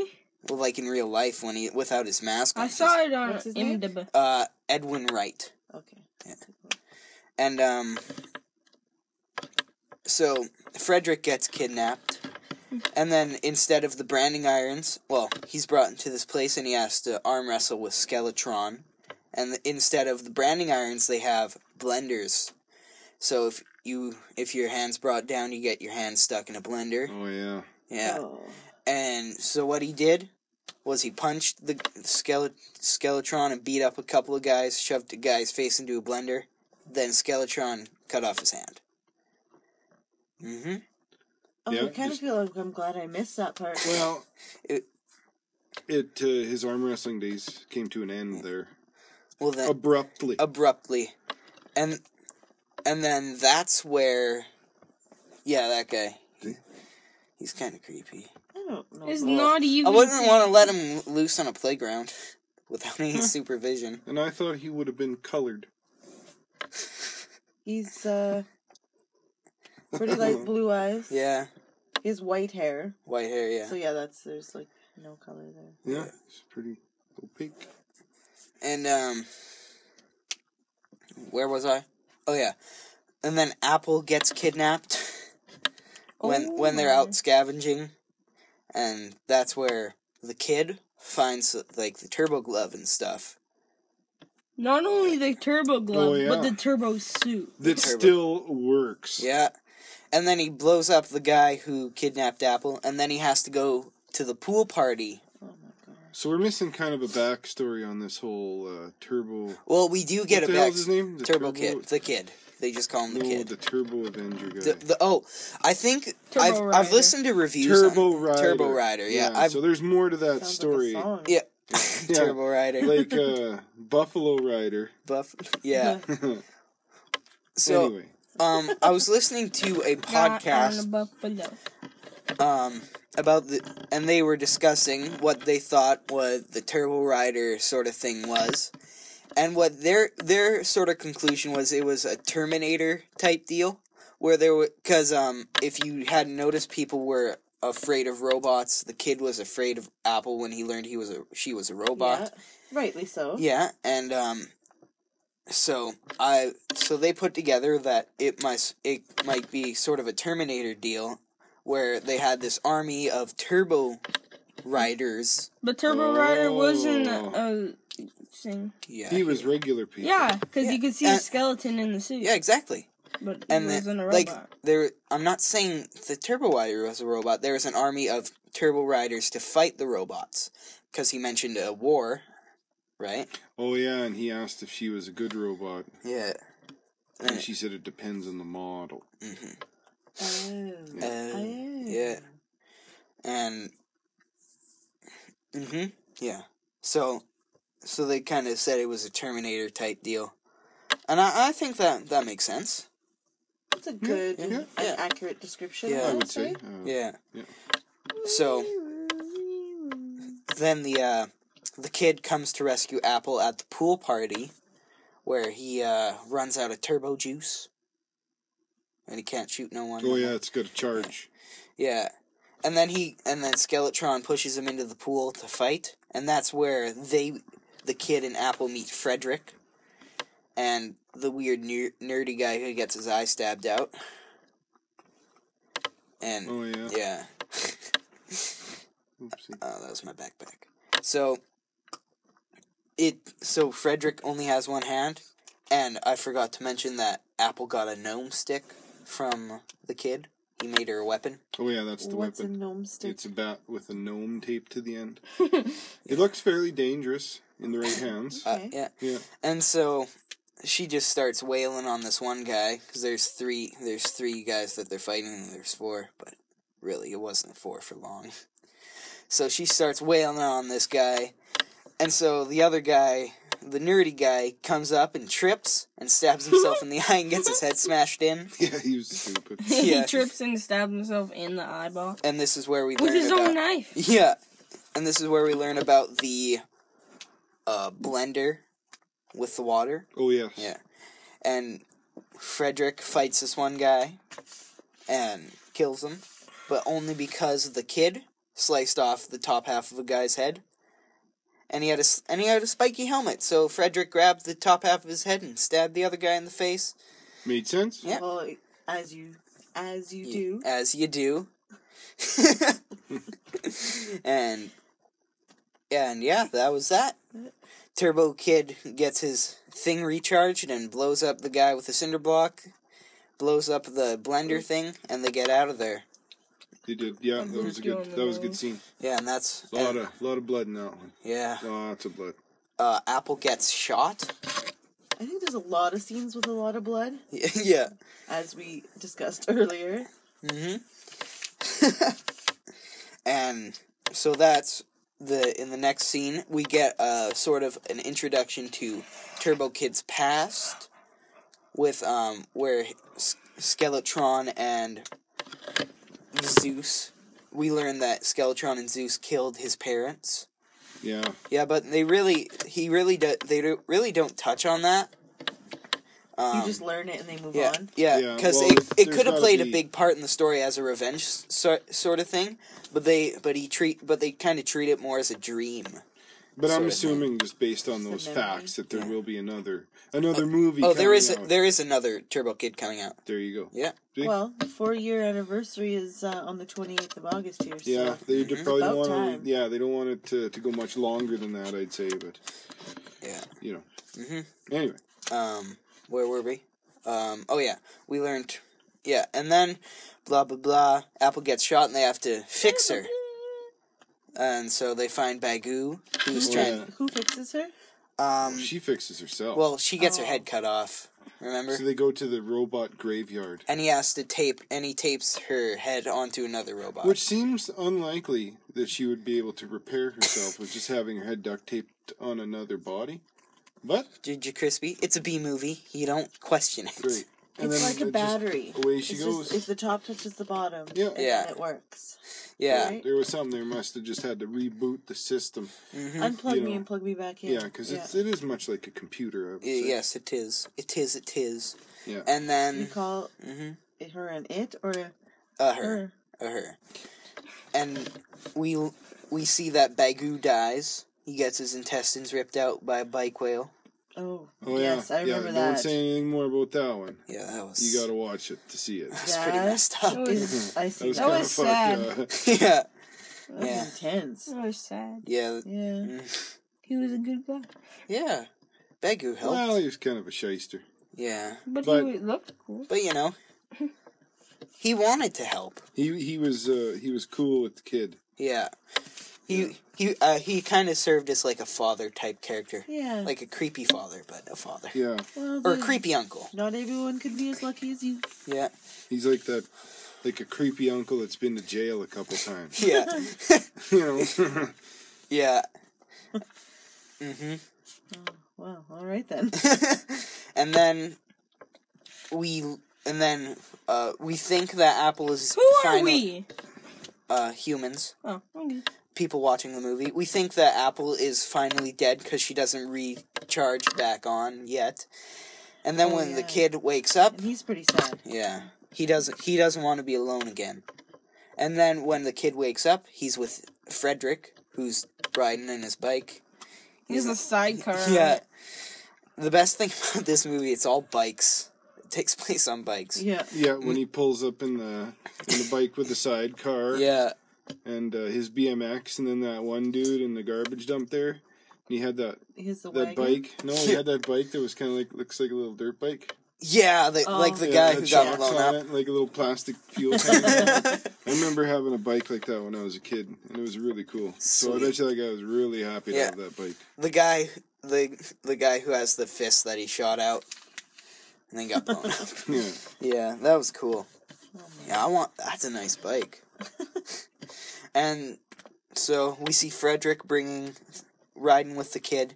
Speaker 3: well like in real life when he without his mask on.
Speaker 4: I saw it on
Speaker 2: What's his name?
Speaker 4: IMDb.
Speaker 3: uh Edwin Wright.
Speaker 2: Okay.
Speaker 3: And um so Frederick gets kidnapped. And then instead of the branding irons, well, he's brought into this place and he has to arm wrestle with Skeletron. And instead of the branding irons, they have blenders. So if you if your hands brought down, you get your hands stuck in a blender.
Speaker 5: Oh yeah.
Speaker 3: Yeah.
Speaker 2: Oh.
Speaker 3: And so what he did was he punched the Skele- Skeletron and beat up a couple of guys, shoved a guy's face into a blender, then Skeletron cut off his hand. hmm
Speaker 2: Oh, I
Speaker 5: Yeah,
Speaker 2: kind of
Speaker 5: just-
Speaker 2: feel like I'm glad I missed that part.
Speaker 5: Well,
Speaker 3: It-
Speaker 5: it uh, his arm wrestling days came to an end there
Speaker 3: Well, then
Speaker 5: abruptly.
Speaker 3: abruptly, and and then that's where, yeah, that guy.
Speaker 5: See?
Speaker 3: He's kind of creepy.
Speaker 2: I don't know.
Speaker 4: It's
Speaker 2: about-
Speaker 4: not even.
Speaker 3: Oh, I wouldn't want to
Speaker 4: fair.
Speaker 3: let him loose on a playground (laughs) without any supervision.
Speaker 5: and I thought he would have been colored.
Speaker 3: (laughs)
Speaker 2: He's uh, pretty light blue eyes.
Speaker 3: Yeah,
Speaker 2: He has white hair.
Speaker 3: white hair. Yeah,
Speaker 2: So yeah, that's there's like no color there.
Speaker 5: Yeah, it's pretty opaque.
Speaker 3: and um, where was I? Oh yeah, and then Apple gets kidnapped when
Speaker 2: Oh
Speaker 3: when they're
Speaker 2: my.
Speaker 3: out scavenging, and that's where the kid finds like the turbo glove and stuff.
Speaker 4: Not only the turbo glove,
Speaker 5: Oh, yeah.
Speaker 4: but the turbo suit.
Speaker 5: That
Speaker 3: Turbo.
Speaker 5: still works.
Speaker 3: Yeah. And then he blows up the guy who kidnapped Apple, and then he has to go to the pool party.
Speaker 2: Oh my god.
Speaker 5: So we're missing kind of a backstory on this whole uh, turbo.
Speaker 3: Well, we do get a
Speaker 5: What the
Speaker 3: back
Speaker 5: hell's his name? The
Speaker 3: Turbo,
Speaker 5: Turbo-
Speaker 3: Kid. The Kid. They just call him the
Speaker 5: no,
Speaker 3: Kid.
Speaker 5: the Turbo Avenger guy.
Speaker 3: The, the, oh, I think
Speaker 4: Turbo
Speaker 3: I've I've
Speaker 4: Rider.
Speaker 3: listened to reviews.
Speaker 5: Turbo
Speaker 3: on,
Speaker 5: Rider.
Speaker 3: Turbo Rider. Yeah, I've (laughs)
Speaker 5: so there's more to that
Speaker 2: Sounds
Speaker 5: story.
Speaker 2: Like a song.
Speaker 3: yeah. Turbo Rider.
Speaker 5: like
Speaker 2: (laughs)
Speaker 5: uh, Buffalo Rider. (laughs)
Speaker 3: Buff. Yeah. So
Speaker 5: anyway,
Speaker 3: um, I was listening to a
Speaker 4: Got on a
Speaker 3: podcast
Speaker 4: buffalo.
Speaker 3: um about the and they were discussing what they thought was the Turbo Rider sort of thing was. And what their their sort of conclusion was it was a Terminator type deal where there were cuz um if you hadn't noticed people were afraid of robots. The kid was afraid of Apple when he learned he was a she was a
Speaker 2: Yeah.
Speaker 3: robot.
Speaker 2: Rightly so.
Speaker 3: Yeah, and um, so I so they put together that it must it might be sort of a Terminator deal, where they had this army of Turbo Riders.
Speaker 4: But Turbo Rider wasn't
Speaker 5: Oh.
Speaker 4: a, a thing.
Speaker 3: Yeah,
Speaker 5: he was regular people.
Speaker 4: Yeah, because you could see
Speaker 3: Yeah.
Speaker 4: a skeleton in the suit.
Speaker 3: yeah, exactly.
Speaker 4: but he
Speaker 3: And
Speaker 4: wasn't
Speaker 3: the,
Speaker 4: a
Speaker 3: like
Speaker 4: robot.
Speaker 3: there, I'm not saying the Turbo Rider was a robot. There was an army of Turbo Riders to fight the robots, because he mentioned a war, right?
Speaker 5: Oh yeah, and he asked if she was a good robot,
Speaker 3: Yeah.
Speaker 5: and she said it depends on the model.
Speaker 3: hmm
Speaker 2: Oh.
Speaker 3: Uh,
Speaker 2: Oh.
Speaker 3: yeah. and mhm yeah so so they kind of said it was a terminator type deal and i, I think that that makes sense
Speaker 2: That's a good and
Speaker 5: yeah,
Speaker 2: and
Speaker 3: yeah.
Speaker 2: accurate description.
Speaker 3: Yeah.
Speaker 5: I
Speaker 2: I'd
Speaker 5: would say.
Speaker 2: say.
Speaker 5: Uh,
Speaker 3: yeah,
Speaker 5: Yeah.
Speaker 3: so then the uh the kid comes to rescue apple at the pool party where he uh runs out of turbo juice and he can't shoot no one
Speaker 5: Oh yeah, it's got a charge.
Speaker 3: Yeah. And then he and then Skeletron pushes him into the pool to fight, and that's where they the kid and Apple meet Frederick and the weird ner- nerdy guy who gets his eye stabbed out. And
Speaker 5: Oh yeah.
Speaker 3: yeah.
Speaker 5: Oopsie.
Speaker 3: Oh, that was my backpack. So it so Frederick only has one hand, and I forgot to mention that Apple got a gnome stick from the kid. He made her a weapon.
Speaker 5: Oh yeah, that's the
Speaker 2: What's
Speaker 5: weapon.
Speaker 2: a gnome stick?
Speaker 5: It's a bat with a gnome taped to
Speaker 3: (laughs)
Speaker 5: the end. it looks fairly dangerous in the right hands.
Speaker 3: Uh,
Speaker 4: Mm-hmm.
Speaker 2: Okay.
Speaker 3: yeah.
Speaker 5: Yeah.
Speaker 3: And so she just starts wailing on this one guy because there's three there's three guys that they're fighting and there's four, but really it wasn't four for long. So she starts wailing on this guy, and so the other guy, the nerdy guy, comes up and trips and stabs himself in the eye and gets his head smashed in.
Speaker 5: (laughs) Yeah, he was
Speaker 3: (laughs)
Speaker 5: stupid.
Speaker 4: (laughs)
Speaker 3: Yeah.
Speaker 4: he trips and stabs himself in the eyeball
Speaker 3: And this is where we
Speaker 4: with
Speaker 3: learn
Speaker 4: his
Speaker 3: about
Speaker 4: own knife.
Speaker 3: yeah, and this is where we learn about the uh, blender with the water.
Speaker 5: Oh yes.
Speaker 3: Yeah. and Frederick fights this one guy and kills him, but only because the kid sliced off the top half of a guy's head, and he had a s- and he had a spiky helmet. So Frederick grabbed the top half of his head and stabbed the other guy in the face.
Speaker 5: Made sense?
Speaker 3: Yeah.
Speaker 2: Well, as you, as you do.
Speaker 3: as you do. (laughs) and and yeah, that was that. Turbo Kid gets his thing recharged and blows up the guy with the cinder block. blows up the blender thing, and they get out of there.
Speaker 5: He did. Yeah, that was a good. That was a good scene.
Speaker 3: Yeah, and that's
Speaker 5: A lot
Speaker 3: and-
Speaker 5: of, lot of blood in that one.
Speaker 3: yeah.
Speaker 5: Lots of blood.
Speaker 3: Uh, Apple gets shot. (laughs)
Speaker 2: I think there's a lot of scenes with a lot of blood,
Speaker 3: yeah.
Speaker 2: as we discussed (laughs) earlier.
Speaker 3: And so that's the in the next scene we get uh sort of an introduction to Turbo Kid's past with um where S- Skeletron and Zeus we learn that Skeletron and Zeus killed his parents.
Speaker 5: Yeah.
Speaker 3: Yeah, but they really he really do, they do, really don't touch on that.
Speaker 2: you just learn it and they move
Speaker 3: Um, Yeah,
Speaker 2: on.
Speaker 3: yeah,
Speaker 5: Yeah,
Speaker 3: because
Speaker 5: well,
Speaker 3: it, it
Speaker 5: there's
Speaker 3: could have
Speaker 5: gotta
Speaker 3: played a
Speaker 5: be-
Speaker 3: big part in the story as a revenge so, sort of thing, but they but he treat but they kind of treat it more as a dream.
Speaker 5: But
Speaker 3: Sort
Speaker 5: I'm
Speaker 3: of
Speaker 5: assuming just based on those
Speaker 2: memory.
Speaker 5: facts that there will be another another movie.
Speaker 3: Oh, there
Speaker 5: coming
Speaker 3: is
Speaker 5: out.
Speaker 3: there is another Turbo Kid coming out.
Speaker 5: There you go.
Speaker 3: Yeah,
Speaker 5: See?
Speaker 2: Well, the four year anniversary is uh, on the 28th of August here. So.
Speaker 5: Yeah, they
Speaker 3: mm-hmm.
Speaker 5: d- probably
Speaker 2: About
Speaker 5: don't want
Speaker 2: time.
Speaker 5: to. Yeah, they don't want it to, to go much longer than that. I'd say, but
Speaker 3: yeah.
Speaker 5: you know. Mm-hmm. Anyway,
Speaker 3: Um, where were we? Um, oh yeah, we learned. Yeah, and then blah blah blah. Apple gets shot, and they have to fix her. And so they find Bagoo, who's trying.
Speaker 5: yeah,
Speaker 2: Who fixes her?
Speaker 5: Mm,
Speaker 3: Um,
Speaker 5: she fixes herself.
Speaker 3: well, she gets her head cut off. Remember?
Speaker 5: Oh. so they go to the robot graveyard,
Speaker 3: and he has to tape and he tapes her head onto another robot.
Speaker 5: which seems unlikely that she would be able to repair herself with just having her head duct taped on another body. But
Speaker 3: did you crispy? It's a B movie. You don't question it.
Speaker 5: great. And
Speaker 2: it's
Speaker 5: then
Speaker 2: like
Speaker 5: it
Speaker 2: a
Speaker 5: just-
Speaker 2: battery.
Speaker 5: away she
Speaker 2: it's
Speaker 5: goes.
Speaker 2: Just, if the top touches the bottom,
Speaker 5: Yeah.
Speaker 2: and
Speaker 3: Yeah.
Speaker 2: then it works.
Speaker 3: Yeah.
Speaker 2: Right?
Speaker 5: there was something they must have just had to reboot the system.
Speaker 3: Mm-hmm.
Speaker 2: Unplug
Speaker 5: You
Speaker 2: me
Speaker 5: know.
Speaker 2: and plug me back in.
Speaker 5: Yeah, because it's it is much like a computer. I would
Speaker 3: Y-
Speaker 5: say.
Speaker 3: Yes, it is. It is. It is.
Speaker 5: Yeah.
Speaker 3: And
Speaker 2: You
Speaker 3: then mm-hmm.
Speaker 2: call it her an it or a
Speaker 3: uh, her,
Speaker 2: her.
Speaker 3: uh, her, and we we see that Bagoo dies. He gets his intestines ripped out by a bike whale.
Speaker 2: Oh,
Speaker 5: oh yeah.
Speaker 2: yes, I remember
Speaker 5: yeah. Don't
Speaker 2: that.
Speaker 5: say anything more about that one.
Speaker 3: Yeah, that was.
Speaker 5: You got to watch it to see it.
Speaker 3: That's pretty
Speaker 2: That
Speaker 3: messed up.
Speaker 2: Is- I see
Speaker 5: That was
Speaker 2: that.
Speaker 5: kind
Speaker 4: was sad.
Speaker 5: of
Speaker 3: (laughs)
Speaker 5: fucked.
Speaker 3: yeah.
Speaker 2: That was
Speaker 3: Yeah. Mm.
Speaker 2: intense.
Speaker 4: That was sad.
Speaker 3: Yeah.
Speaker 2: Yeah.
Speaker 4: He was a good guy,
Speaker 3: Yeah. Bagoo
Speaker 5: Uh,
Speaker 3: helped.
Speaker 5: well, he was kind of a shyster.
Speaker 3: yeah.
Speaker 4: but,
Speaker 5: But-
Speaker 4: he looked cool.
Speaker 3: But you know, he wanted to help.
Speaker 5: He he was uh, he was cool with the kid.
Speaker 3: Yeah. He he uh, he kind of served as like a father type character.
Speaker 2: Yeah.
Speaker 3: Like a creepy father, but a father.
Speaker 5: Yeah,
Speaker 2: Well,
Speaker 3: Or a
Speaker 2: there's-
Speaker 3: creepy uncle.
Speaker 2: Not everyone could be as lucky as you.
Speaker 3: Yeah.
Speaker 5: he's like that, like a creepy uncle that's been to jail a couple times. (laughs)
Speaker 3: Yeah.
Speaker 5: you know,
Speaker 3: yeah.
Speaker 2: Wow. All
Speaker 3: (laughs)
Speaker 2: right then.
Speaker 3: And then we and then uh we think that Apple is
Speaker 4: Who are
Speaker 3: final-
Speaker 4: we?
Speaker 3: uh humans,
Speaker 4: Oh, okay.
Speaker 3: people watching the movie. We think that Apple is finally dead cuz she doesn't recharge back on yet. And then
Speaker 2: Oh,
Speaker 3: when the
Speaker 2: yeah.
Speaker 3: kid wakes up,
Speaker 2: And he's pretty sad.
Speaker 3: Yeah. He doesn't he doesn't want to be alone again. And then when the kid wakes up, he's with Frederick, who's riding in his bike.
Speaker 4: He's a sidecar.
Speaker 3: Yeah. The best thing (laughs) about this movie, it's all bikes. It takes (laughs) place on bikes. Yeah.
Speaker 2: Yeah.
Speaker 5: yeah. When he pulls up in the in the bike with the sidecar and uh, his BMX, and then that one dude in the garbage dump there, he had that
Speaker 2: He's the
Speaker 5: that
Speaker 2: wagon.
Speaker 5: bike. No, he had that bike that was kind of like looks like a little dirt bike.
Speaker 3: Yeah, the, like the guy
Speaker 5: that
Speaker 3: who got
Speaker 5: shocks
Speaker 3: blown
Speaker 5: on
Speaker 3: up.
Speaker 5: it, like a little plastic fuel
Speaker 3: (laughs)
Speaker 5: tank. I remember having a bike like that when I was a kid, and it was really cool. So I
Speaker 3: Sweet.
Speaker 5: bet you that guy was really happy
Speaker 3: Yeah.
Speaker 5: to have that bike.
Speaker 3: The guy the the guy who has the fist that he shot out and then got blown up.
Speaker 5: Yeah.
Speaker 3: Yeah, that was cool. yeah, I want that's a nice bike. and so we see Frederick bringing riding with the kid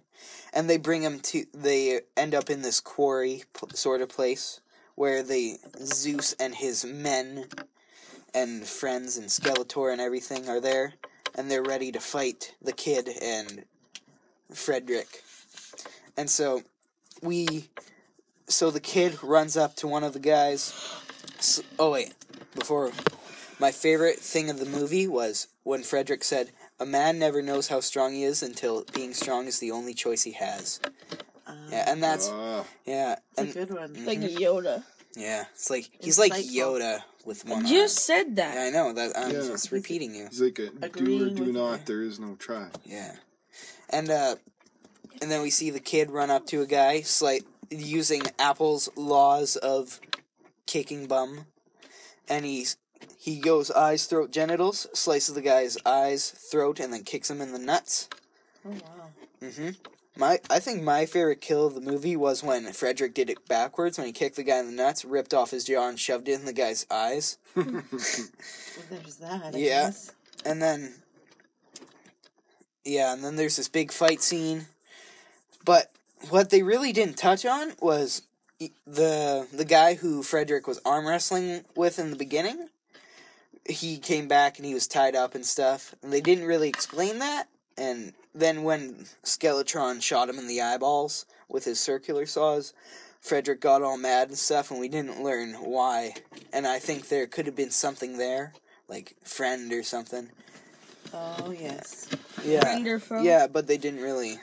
Speaker 3: and they bring him to they end up in this quarry pl- sort of place where the Zeus and his men and friends and Skeletor and everything are there and they're ready to fight the kid and Frederick. And so we so the kid runs up to one of the guys. S oh wait, before my favorite thing of the movie was when Frederick said, "A man never knows how strong he is until being strong is the only choice he has." yeah, and that's
Speaker 5: Ah,
Speaker 3: yeah,
Speaker 2: That's Uh, a
Speaker 3: and mm.
Speaker 2: good one.
Speaker 4: like Yoda.
Speaker 3: yeah, it's like he's like
Speaker 2: Insightful.
Speaker 3: Yoda with one arm.
Speaker 4: Just said that.
Speaker 3: Yeah, I know that I'm
Speaker 5: Yeah.
Speaker 3: just repeating you.
Speaker 5: he's like a do or
Speaker 2: Agreeing
Speaker 5: do
Speaker 2: with
Speaker 5: not. There is no try.
Speaker 3: Yeah, and uh, and then we see the kid run up to a guy, slight using Apple's laws of kicking bum, and he's he goes eyes, throat, genitals, slices the guy's eyes, throat, and then kicks him in the nuts.
Speaker 2: Oh wow.
Speaker 3: hmm My, I think my favorite kill of the movie was when Frederick did it backwards when he kicked the guy in the nuts, ripped off his jaw, and shoved it in the guy's eyes.
Speaker 2: Well, there's that. I
Speaker 3: Yeah.
Speaker 2: guess.
Speaker 3: and then yeah and then there's this big fight scene but what they really didn't touch on was e- the the guy who frederick was arm wrestling with in the beginning he came back and he was tied up and stuff and they didn't really explain that and then when skeletron shot him in the eyeballs with his circular saws frederick got all mad and stuff and we didn't learn why and i think there could have been something there like friend or something
Speaker 2: Oh yes.
Speaker 3: yeah.
Speaker 4: Wonderful.
Speaker 3: Yeah, but they didn't really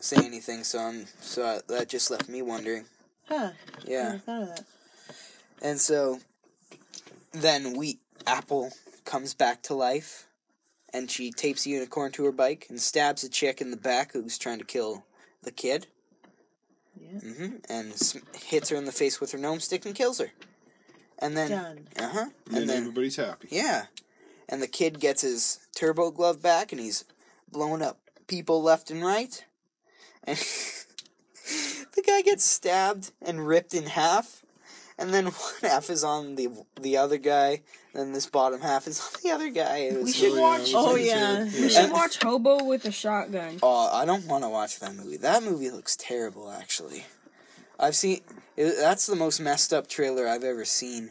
Speaker 3: say anything, so I'm, so I, that just left me wondering.
Speaker 2: Huh. Never
Speaker 3: Yeah,
Speaker 2: thought of that.
Speaker 3: and so then we Apple comes back to life, and she tapes a unicorn to her bike and stabs a chick in the back who's trying to kill the kid.
Speaker 2: Yeah.
Speaker 3: hmm And sm- hits her in the face with her gnome stick and kills her. And then,
Speaker 2: Done.
Speaker 3: uh huh.
Speaker 5: And everybody's happy.
Speaker 3: Yeah. And the kid gets his turbo glove back and he's blowing up people left and right. And (laughs) the guy gets stabbed and ripped in half. And then (laughs) one half is on the the other guy, and this bottom half is (laughs) on the other guy. It
Speaker 4: We
Speaker 3: was
Speaker 4: should
Speaker 3: (laughs)
Speaker 5: yeah,
Speaker 4: watch.
Speaker 5: it was
Speaker 2: Oh
Speaker 5: like you
Speaker 2: yeah.
Speaker 5: said.
Speaker 4: We should watch Hobo with a Shotgun.
Speaker 3: Oh, I don't want to watch that movie. That movie looks terrible, actually. I've seen. It, that's the most messed up trailer I've ever seen.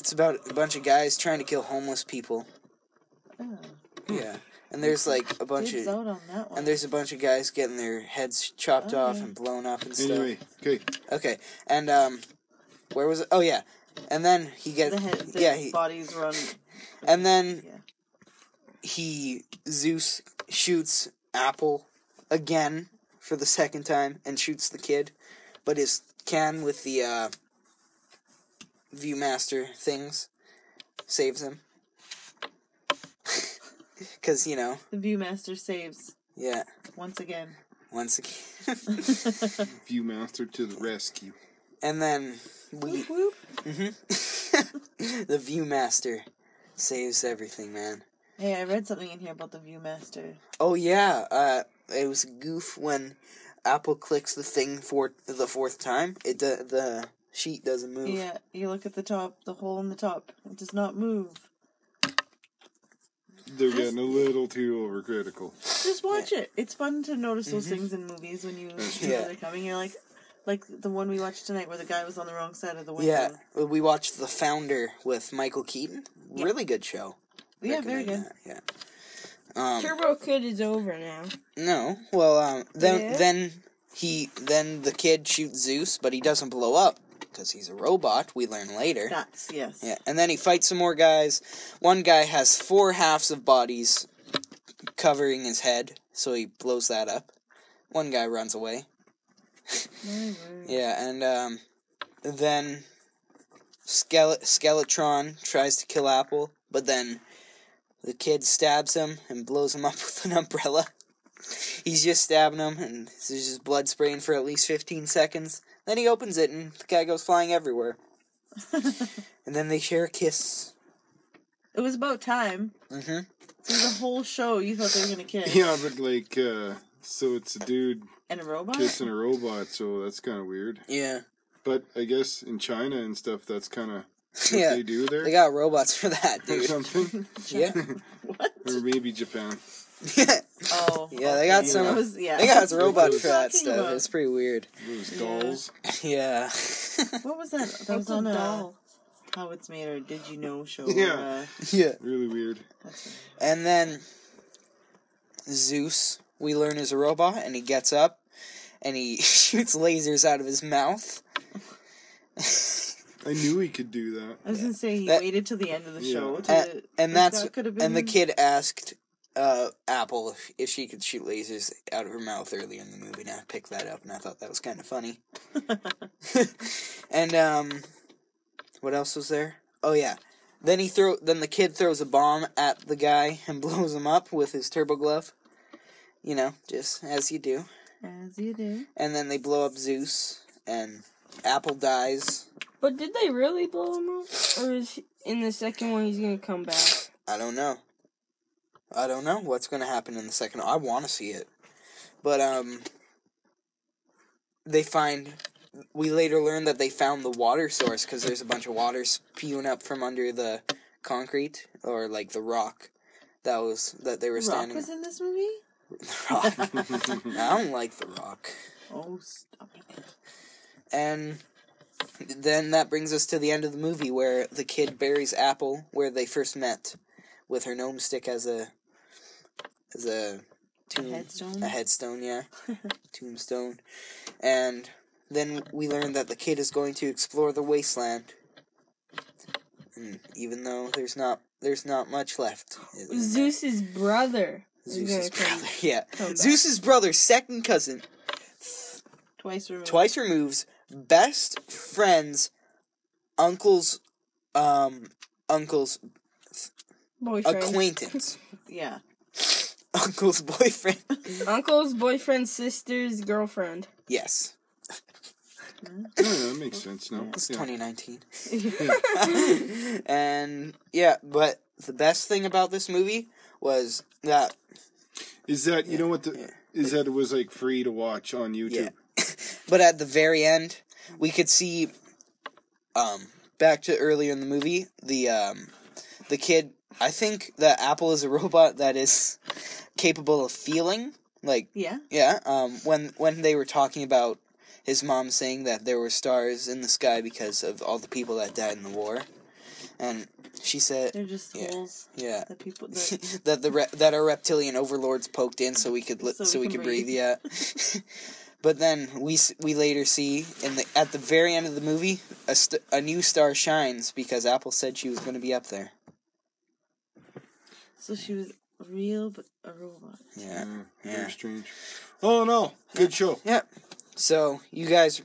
Speaker 3: It's about a bunch of guys trying to kill homeless people.
Speaker 2: Oh, (laughs)
Speaker 3: Yeah, and there's like a bunch
Speaker 2: dibs
Speaker 3: of
Speaker 2: out on that one.
Speaker 3: and there's a bunch of guys getting their heads chopped off
Speaker 2: Okay.
Speaker 3: and blown up and stuff.
Speaker 5: Anyway, okay.
Speaker 3: Okay, and um, where was it? Oh yeah, and then he gets
Speaker 2: the head, the
Speaker 3: yeah, he,
Speaker 2: bodies run.
Speaker 3: and then
Speaker 2: Yeah.
Speaker 3: he Zeus shoots Apple again for the second time and shoots the kid, but his can with the uh, ViewMaster things saves him. (laughs) Cause you know,
Speaker 2: The Viewmaster saves
Speaker 3: yeah.
Speaker 2: once again.
Speaker 3: Once again. (laughs)
Speaker 5: Viewmaster to the rescue.
Speaker 3: And then we, Mm-hmm.
Speaker 4: Whoop, whoop.
Speaker 3: (laughs) the Viewmaster saves everything, man.
Speaker 2: Hey, I read something in here about the Viewmaster.
Speaker 3: Oh yeah, uh, it was a goof when Apple clicks the thing for the fourth time. It do- the sheet doesn't move.
Speaker 2: Yeah, you look at the top, the hole in the top. It does not move.
Speaker 5: They're getting a little too overcritical. (laughs)
Speaker 2: Just watch it. It's fun to notice those
Speaker 3: Mm-hmm.
Speaker 2: things in movies when you know
Speaker 3: Yeah.
Speaker 2: they're coming. You're like, like the one we watched tonight where the guy was on the wrong side of the window.
Speaker 3: Yeah, uh, we watched The Founder with Michael Keaton. Really good show.
Speaker 2: yeah, very good.
Speaker 3: Recommend that, Yeah. Um,
Speaker 4: Turbo Kid is over now.
Speaker 3: No. Well, um, then
Speaker 4: Yeah.
Speaker 3: then he then the kid shoots Zeus, but he doesn't blow up because he's a robot. We learn later.
Speaker 2: That's yes.
Speaker 3: Yeah, and then he fights some more guys. One guy has four halves of bodies covering his head, so he blows that up. One guy runs away.
Speaker 2: My word.
Speaker 3: Yeah, and um, then Skele- Skeletron tries to kill Apple, but then the kid stabs him and blows him (laughs) up with an umbrella. He's just stabbing him, and there's just blood spraying for at least 15 seconds. Then he opens it, and the guy goes flying everywhere. and then they share a kiss.
Speaker 2: It was about time.
Speaker 3: hmm
Speaker 2: Through the whole show, you thought they were gonna kiss.
Speaker 5: Yeah, but like, uh, so it's a dude
Speaker 2: And a robot.
Speaker 5: kissing a robot, so that's kind of weird.
Speaker 3: Yeah.
Speaker 5: But I guess in China and stuff, that's kind of what
Speaker 3: Yeah.
Speaker 5: they do there
Speaker 3: They got robots for that,
Speaker 5: or
Speaker 3: dude.
Speaker 5: something,
Speaker 3: (laughs) yeah.
Speaker 2: (laughs) What?
Speaker 5: or maybe Japan.
Speaker 2: (laughs) Oh.
Speaker 3: Yeah, they got
Speaker 2: okay.
Speaker 3: some-
Speaker 2: That was, yeah.
Speaker 3: They got robots
Speaker 5: What
Speaker 3: for
Speaker 5: are you
Speaker 3: that
Speaker 2: talking
Speaker 3: stuff.
Speaker 2: about?
Speaker 3: It's pretty weird.
Speaker 5: Those
Speaker 2: Yeah.
Speaker 5: dolls.
Speaker 3: Yeah. (laughs)
Speaker 2: What was that? That was on a How It's Made or Did
Speaker 3: (laughs)
Speaker 2: You Know show.
Speaker 5: Yeah.
Speaker 2: Uh,
Speaker 3: yeah.
Speaker 5: Really weird.
Speaker 3: And then Zeus, we learn, is a robot, and he gets up and he (laughs) shoots lasers out of his mouth.
Speaker 5: I knew he could do
Speaker 3: (laughs)
Speaker 5: that.
Speaker 2: I was gonna say he
Speaker 3: That-
Speaker 2: waited till the end of the
Speaker 5: Yeah.
Speaker 2: show. To,
Speaker 3: Eh, And, and
Speaker 2: like,
Speaker 3: that's
Speaker 2: that could have been
Speaker 3: and the kid asked uh, Apple if, if she could shoot lasers out of her mouth earlier in the movie, and I picked that up, and I thought that was kind of
Speaker 2: (laughs)
Speaker 3: funny. (laughs) and um, what else was there? Oh yeah. Then he throw. Then the kid throws a bomb at the guy and (laughs) blows him up with his turbo glove. You know, just as you do.
Speaker 2: As you do.
Speaker 3: and then they blow up Zeus, and Apple dies,
Speaker 4: But did they really blow him up? Or is he, in the second one he's gonna come back?
Speaker 3: I don't know. I don't know what's going to happen in the second. I want to see it, but um, they find. We later learn that they found the water source because there's a bunch of water spewing up from under the concrete or like the rock that was that they were
Speaker 2: Rock
Speaker 3: standing. (laughs)
Speaker 2: was in this movie?
Speaker 3: Rock. I don't like the rock.
Speaker 2: Oh, stop it.
Speaker 3: And then that brings us to the end of the movie where the kid buries Apple where they first met with her gnome stick as a as a tomb
Speaker 2: Headstone?
Speaker 3: a headstone, yeah. Tombstone. And then we learn that the kid is going to explore the wasteland. And even though there's not there's not much left. in-
Speaker 4: Zeus's brother. is
Speaker 3: Zeus's
Speaker 4: gonna come.
Speaker 3: brother, yeah.
Speaker 4: come back.
Speaker 3: Zeus's brother, second cousin,
Speaker 2: Twice removed.
Speaker 3: twice removes best friend's uncle's um uncle's
Speaker 4: Boyfriend.
Speaker 3: acquaintance (laughs)
Speaker 2: Yeah.
Speaker 3: uncle's boyfriend (laughs)
Speaker 4: Uncle's boyfriend, sister's girlfriend.
Speaker 3: yes
Speaker 5: Oh, yeah, that makes sense. No,
Speaker 3: it's
Speaker 5: yeah.
Speaker 3: 2019 (laughs) and yeah but the best thing about this movie was that
Speaker 5: is that you know what the is that it was like free to watch on YouTube.
Speaker 3: Yeah. (laughs) but at the very end we could see um back to earlier in the movie the um the kid i think that apple is a (laughs) robot that is capable of feeling like
Speaker 2: Yeah.
Speaker 3: Yeah, um, when when they were talking about his mom saying that there were stars in the sky because of all the people that died in the war, and she said,
Speaker 2: They're just
Speaker 3: Yeah.
Speaker 2: holes
Speaker 3: "Yeah,
Speaker 2: that people. That,
Speaker 3: (laughs) that the re- that our reptilian overlords poked in so we could li- so, we could breathe." Yeah, (laughs) but then we s- we later see in the at the very end of the movie a st- a new star shines because Apple said she was going to be up there.
Speaker 2: so she was real, but a robot.
Speaker 3: Yeah,
Speaker 5: Mm,
Speaker 3: Yeah.
Speaker 5: Very strange. Oh no, good show.
Speaker 3: yeah. So you guys,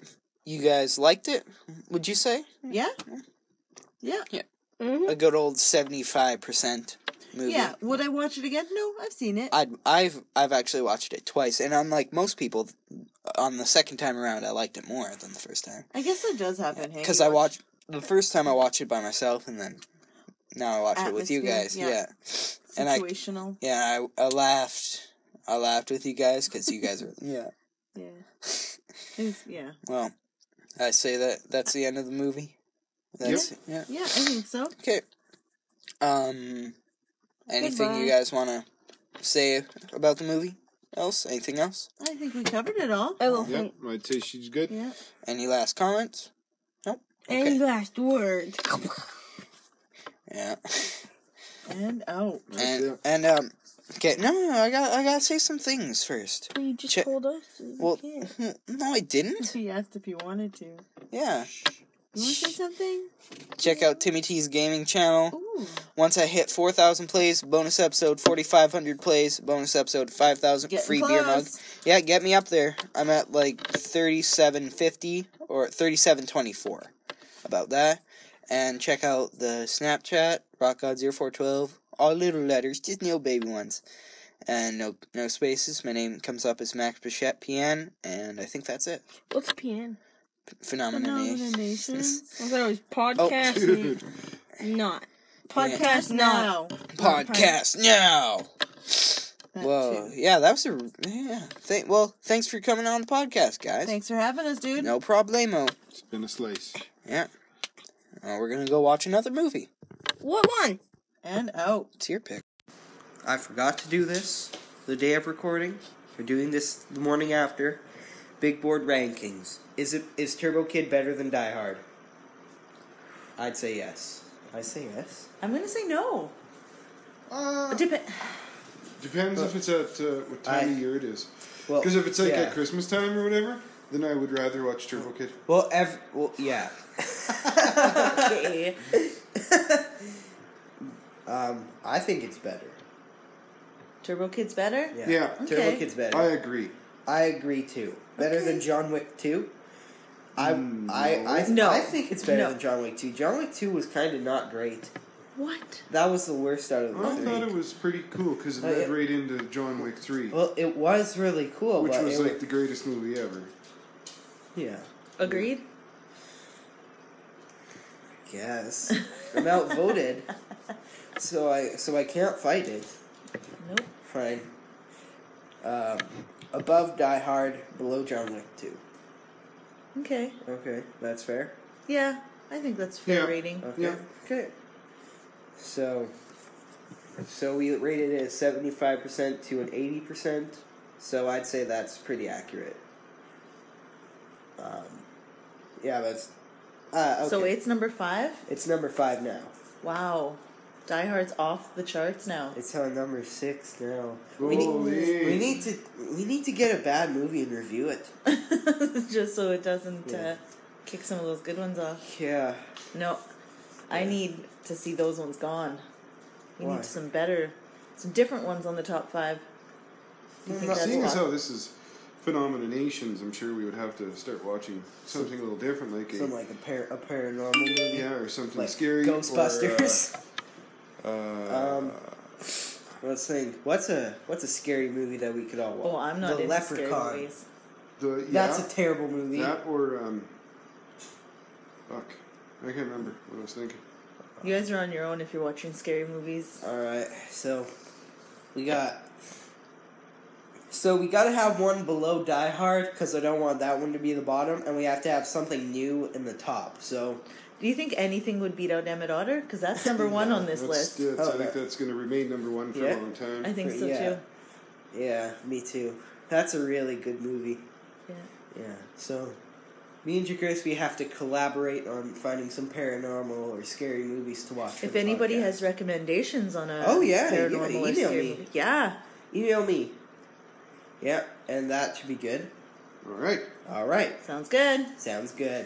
Speaker 3: you guys liked it? Would you say?
Speaker 2: Yeah. Yeah.
Speaker 4: hmm
Speaker 3: a good old seventy-five percent movie.
Speaker 2: Yeah. Would I watch it again? No, I've seen it.
Speaker 3: I'd, I've I've actually watched it twice, and unlike most people, on the second time around, I liked it more than the first time
Speaker 2: I guess that does happen. hey?
Speaker 3: because
Speaker 2: You
Speaker 3: I watched the first time I watched it by myself, and then now I watch it with you
Speaker 2: Atmosphere,
Speaker 3: guys.
Speaker 2: yeah.
Speaker 3: Yeah, and I
Speaker 2: situational.
Speaker 3: yeah I, I laughed. I laughed with you guys because you guys were (laughs) yeah.
Speaker 2: Yeah.
Speaker 3: (laughs)
Speaker 2: It's- yeah.
Speaker 3: Well, I say that that's the end of the movie. That's yeah.
Speaker 2: Yeah, I think so.
Speaker 3: Okay. Um, anything you
Speaker 2: Goodbye.
Speaker 3: guys want to say about the movie? Else? Anything else?
Speaker 2: I think we covered it all.
Speaker 3: Eh.
Speaker 4: Elephant.
Speaker 5: Yep, my taste sheet's good.
Speaker 2: Yeah.
Speaker 3: Any last comments?
Speaker 4: Any last word?
Speaker 3: Yeah.
Speaker 2: And oh, out.
Speaker 5: That's
Speaker 3: And
Speaker 5: it.
Speaker 3: and um. Okay. No, no, no, I got I gotta say some things first.
Speaker 4: You just
Speaker 3: Check-
Speaker 4: told us.
Speaker 3: Well, (laughs) no, I didn't.
Speaker 2: (laughs) She asked if you wanted to. You
Speaker 3: Yeah.
Speaker 2: want to say something?
Speaker 3: Check out Timmy T's gaming channel.
Speaker 2: Ooh.
Speaker 3: Once I hit four thousand plays, bonus episode forty five hundred plays, bonus episode five thousand
Speaker 2: Getting
Speaker 3: free beer mug.
Speaker 2: close.
Speaker 3: Yeah, get me up there. I'm at like 3750 or 3724. About that. And check out the Snapchat, RockGod0412. All little letters, just no baby ones. And no no spaces. My name comes up as Max Bichette PN, and I think that's it.
Speaker 4: What's PN?
Speaker 3: Phenomenon.
Speaker 2: Phenomenal
Speaker 3: eh?
Speaker 2: Nations.
Speaker 4: I thought it was podcast.
Speaker 5: Dude,
Speaker 4: n- Not podcast. Not
Speaker 2: now.
Speaker 3: Podcast now!
Speaker 2: That
Speaker 3: Whoa.
Speaker 2: too.
Speaker 3: Yeah, that was a. Yeah. Th- well, thanks for coming on the podcast, guys.
Speaker 2: Thanks for having us, dude.
Speaker 3: No problemo.
Speaker 5: it's been a slice.
Speaker 3: Yeah. Uh, we're gonna go watch another movie.
Speaker 4: what one?
Speaker 2: And oh. out.
Speaker 3: It's your pick. I forgot to do this the day of recording. We're doing this the morning after. Big board rankings. Is it is Turbo Kid better than Die Hard? I'd say yes. I say yes.
Speaker 2: I'm going to say no.
Speaker 5: Uh,
Speaker 2: Dep-
Speaker 5: depends if it's at uh, what time
Speaker 3: I-
Speaker 5: of year it is.
Speaker 3: Well,
Speaker 5: Because if it's like
Speaker 3: yeah.
Speaker 5: at Christmas time or whatever, then I would rather watch Turbo Kid.
Speaker 3: well, ev- well, yeah. okay. um, I think it's better.
Speaker 2: Turbo Kid's better?
Speaker 5: Yeah,
Speaker 3: Yeah. Turbo
Speaker 2: Okay.
Speaker 3: Kid's better.
Speaker 5: I agree.
Speaker 1: I agree too. Better than John Wick two. I
Speaker 5: Mm,
Speaker 1: I I,
Speaker 2: No.
Speaker 1: I think it's better
Speaker 2: No.
Speaker 1: than John Wick two. John Wick two was kind of not great.
Speaker 2: What?
Speaker 1: That was the worst out of the
Speaker 5: I
Speaker 1: three.
Speaker 5: thought it was pretty cool because it
Speaker 1: Oh,
Speaker 5: led
Speaker 1: yeah.
Speaker 5: right into John Wick 3,
Speaker 1: well, it was really cool,
Speaker 5: which
Speaker 1: but
Speaker 5: was
Speaker 1: it
Speaker 5: like the greatest movie ever.
Speaker 1: yeah.
Speaker 2: Agreed?
Speaker 3: (laughs) guess. I'm outvoted, so I so I can't fight it.
Speaker 2: Nope.
Speaker 3: Fine. Um, above Die Hard, below John Wick 2.
Speaker 2: Okay.
Speaker 3: Okay, that's fair.
Speaker 2: Yeah, I think that's fair
Speaker 5: Yeah.
Speaker 2: rating.
Speaker 3: Okay.
Speaker 5: Yeah.
Speaker 3: Okay. So, so we rated it seventy five percent to an eighty percent. So I'd say that's pretty accurate. Um, yeah, that's. Uh, okay.
Speaker 2: So it's number five.
Speaker 3: It's number five now.
Speaker 2: Wow, Die Hard's off the charts now.
Speaker 3: It's on number six now. We need,
Speaker 5: Holy.
Speaker 3: we need to we need to get a bad movie and review it.
Speaker 2: (laughs) Just so it doesn't uh,
Speaker 3: Yeah.
Speaker 2: kick some of those good ones off.
Speaker 3: Yeah.
Speaker 2: No, I need to see those ones gone. We
Speaker 3: Why?
Speaker 2: need some better, some different ones on the top five.
Speaker 3: Mm,
Speaker 2: Do you think
Speaker 5: Well,
Speaker 2: that's
Speaker 5: seeing as how
Speaker 2: possible?
Speaker 5: this is Phenomena Nations, I'm sure we would have to start watching something a little different, like a,
Speaker 3: Some like a par- a paranormal movie.
Speaker 5: yeah, or something
Speaker 3: Like
Speaker 5: scary, or, uh,
Speaker 3: Ghostbusters.
Speaker 5: uh,
Speaker 3: (laughs) Um, Let's think. What's a what's a scary movie that we could all watch?
Speaker 2: Oh, I'm not
Speaker 3: The
Speaker 2: into
Speaker 3: Leprechaun.
Speaker 2: scary movies.
Speaker 5: the,
Speaker 3: That's
Speaker 5: yeah,
Speaker 3: a terrible movie.
Speaker 5: that or um, fuck, I can't remember what I was thinking.
Speaker 2: You guys are on your own if you're watching scary movies.
Speaker 3: All right, so we got. So we gotta have one below Die Hard because I don't want that one to be the bottom, and we have to have something new in the top. So
Speaker 2: Do you think anything would beat out Emmett Otter?
Speaker 3: (laughs)
Speaker 2: Because that's number one on this list.
Speaker 5: That's- that's-
Speaker 3: Oh,
Speaker 5: I think
Speaker 3: yeah.
Speaker 5: that's going to remain number one for
Speaker 3: Yeah.
Speaker 5: a long time.
Speaker 2: I think so
Speaker 3: Yeah.
Speaker 2: too.
Speaker 3: yeah, me too. That's a really good movie.
Speaker 2: Yeah.
Speaker 3: Yeah. So me and Jacques, we have to collaborate on finding some paranormal or scary movies to watch. for
Speaker 2: If
Speaker 3: the
Speaker 2: anybody
Speaker 3: podcast.
Speaker 2: has recommendations on a
Speaker 3: Oh, yeah, yeah,
Speaker 2: paranormal or
Speaker 3: email
Speaker 2: scary
Speaker 3: me.
Speaker 2: movie- yeah,
Speaker 3: email me. Yeah, and that should be good.
Speaker 5: All right,
Speaker 3: All right.
Speaker 2: sounds good.
Speaker 3: Sounds good.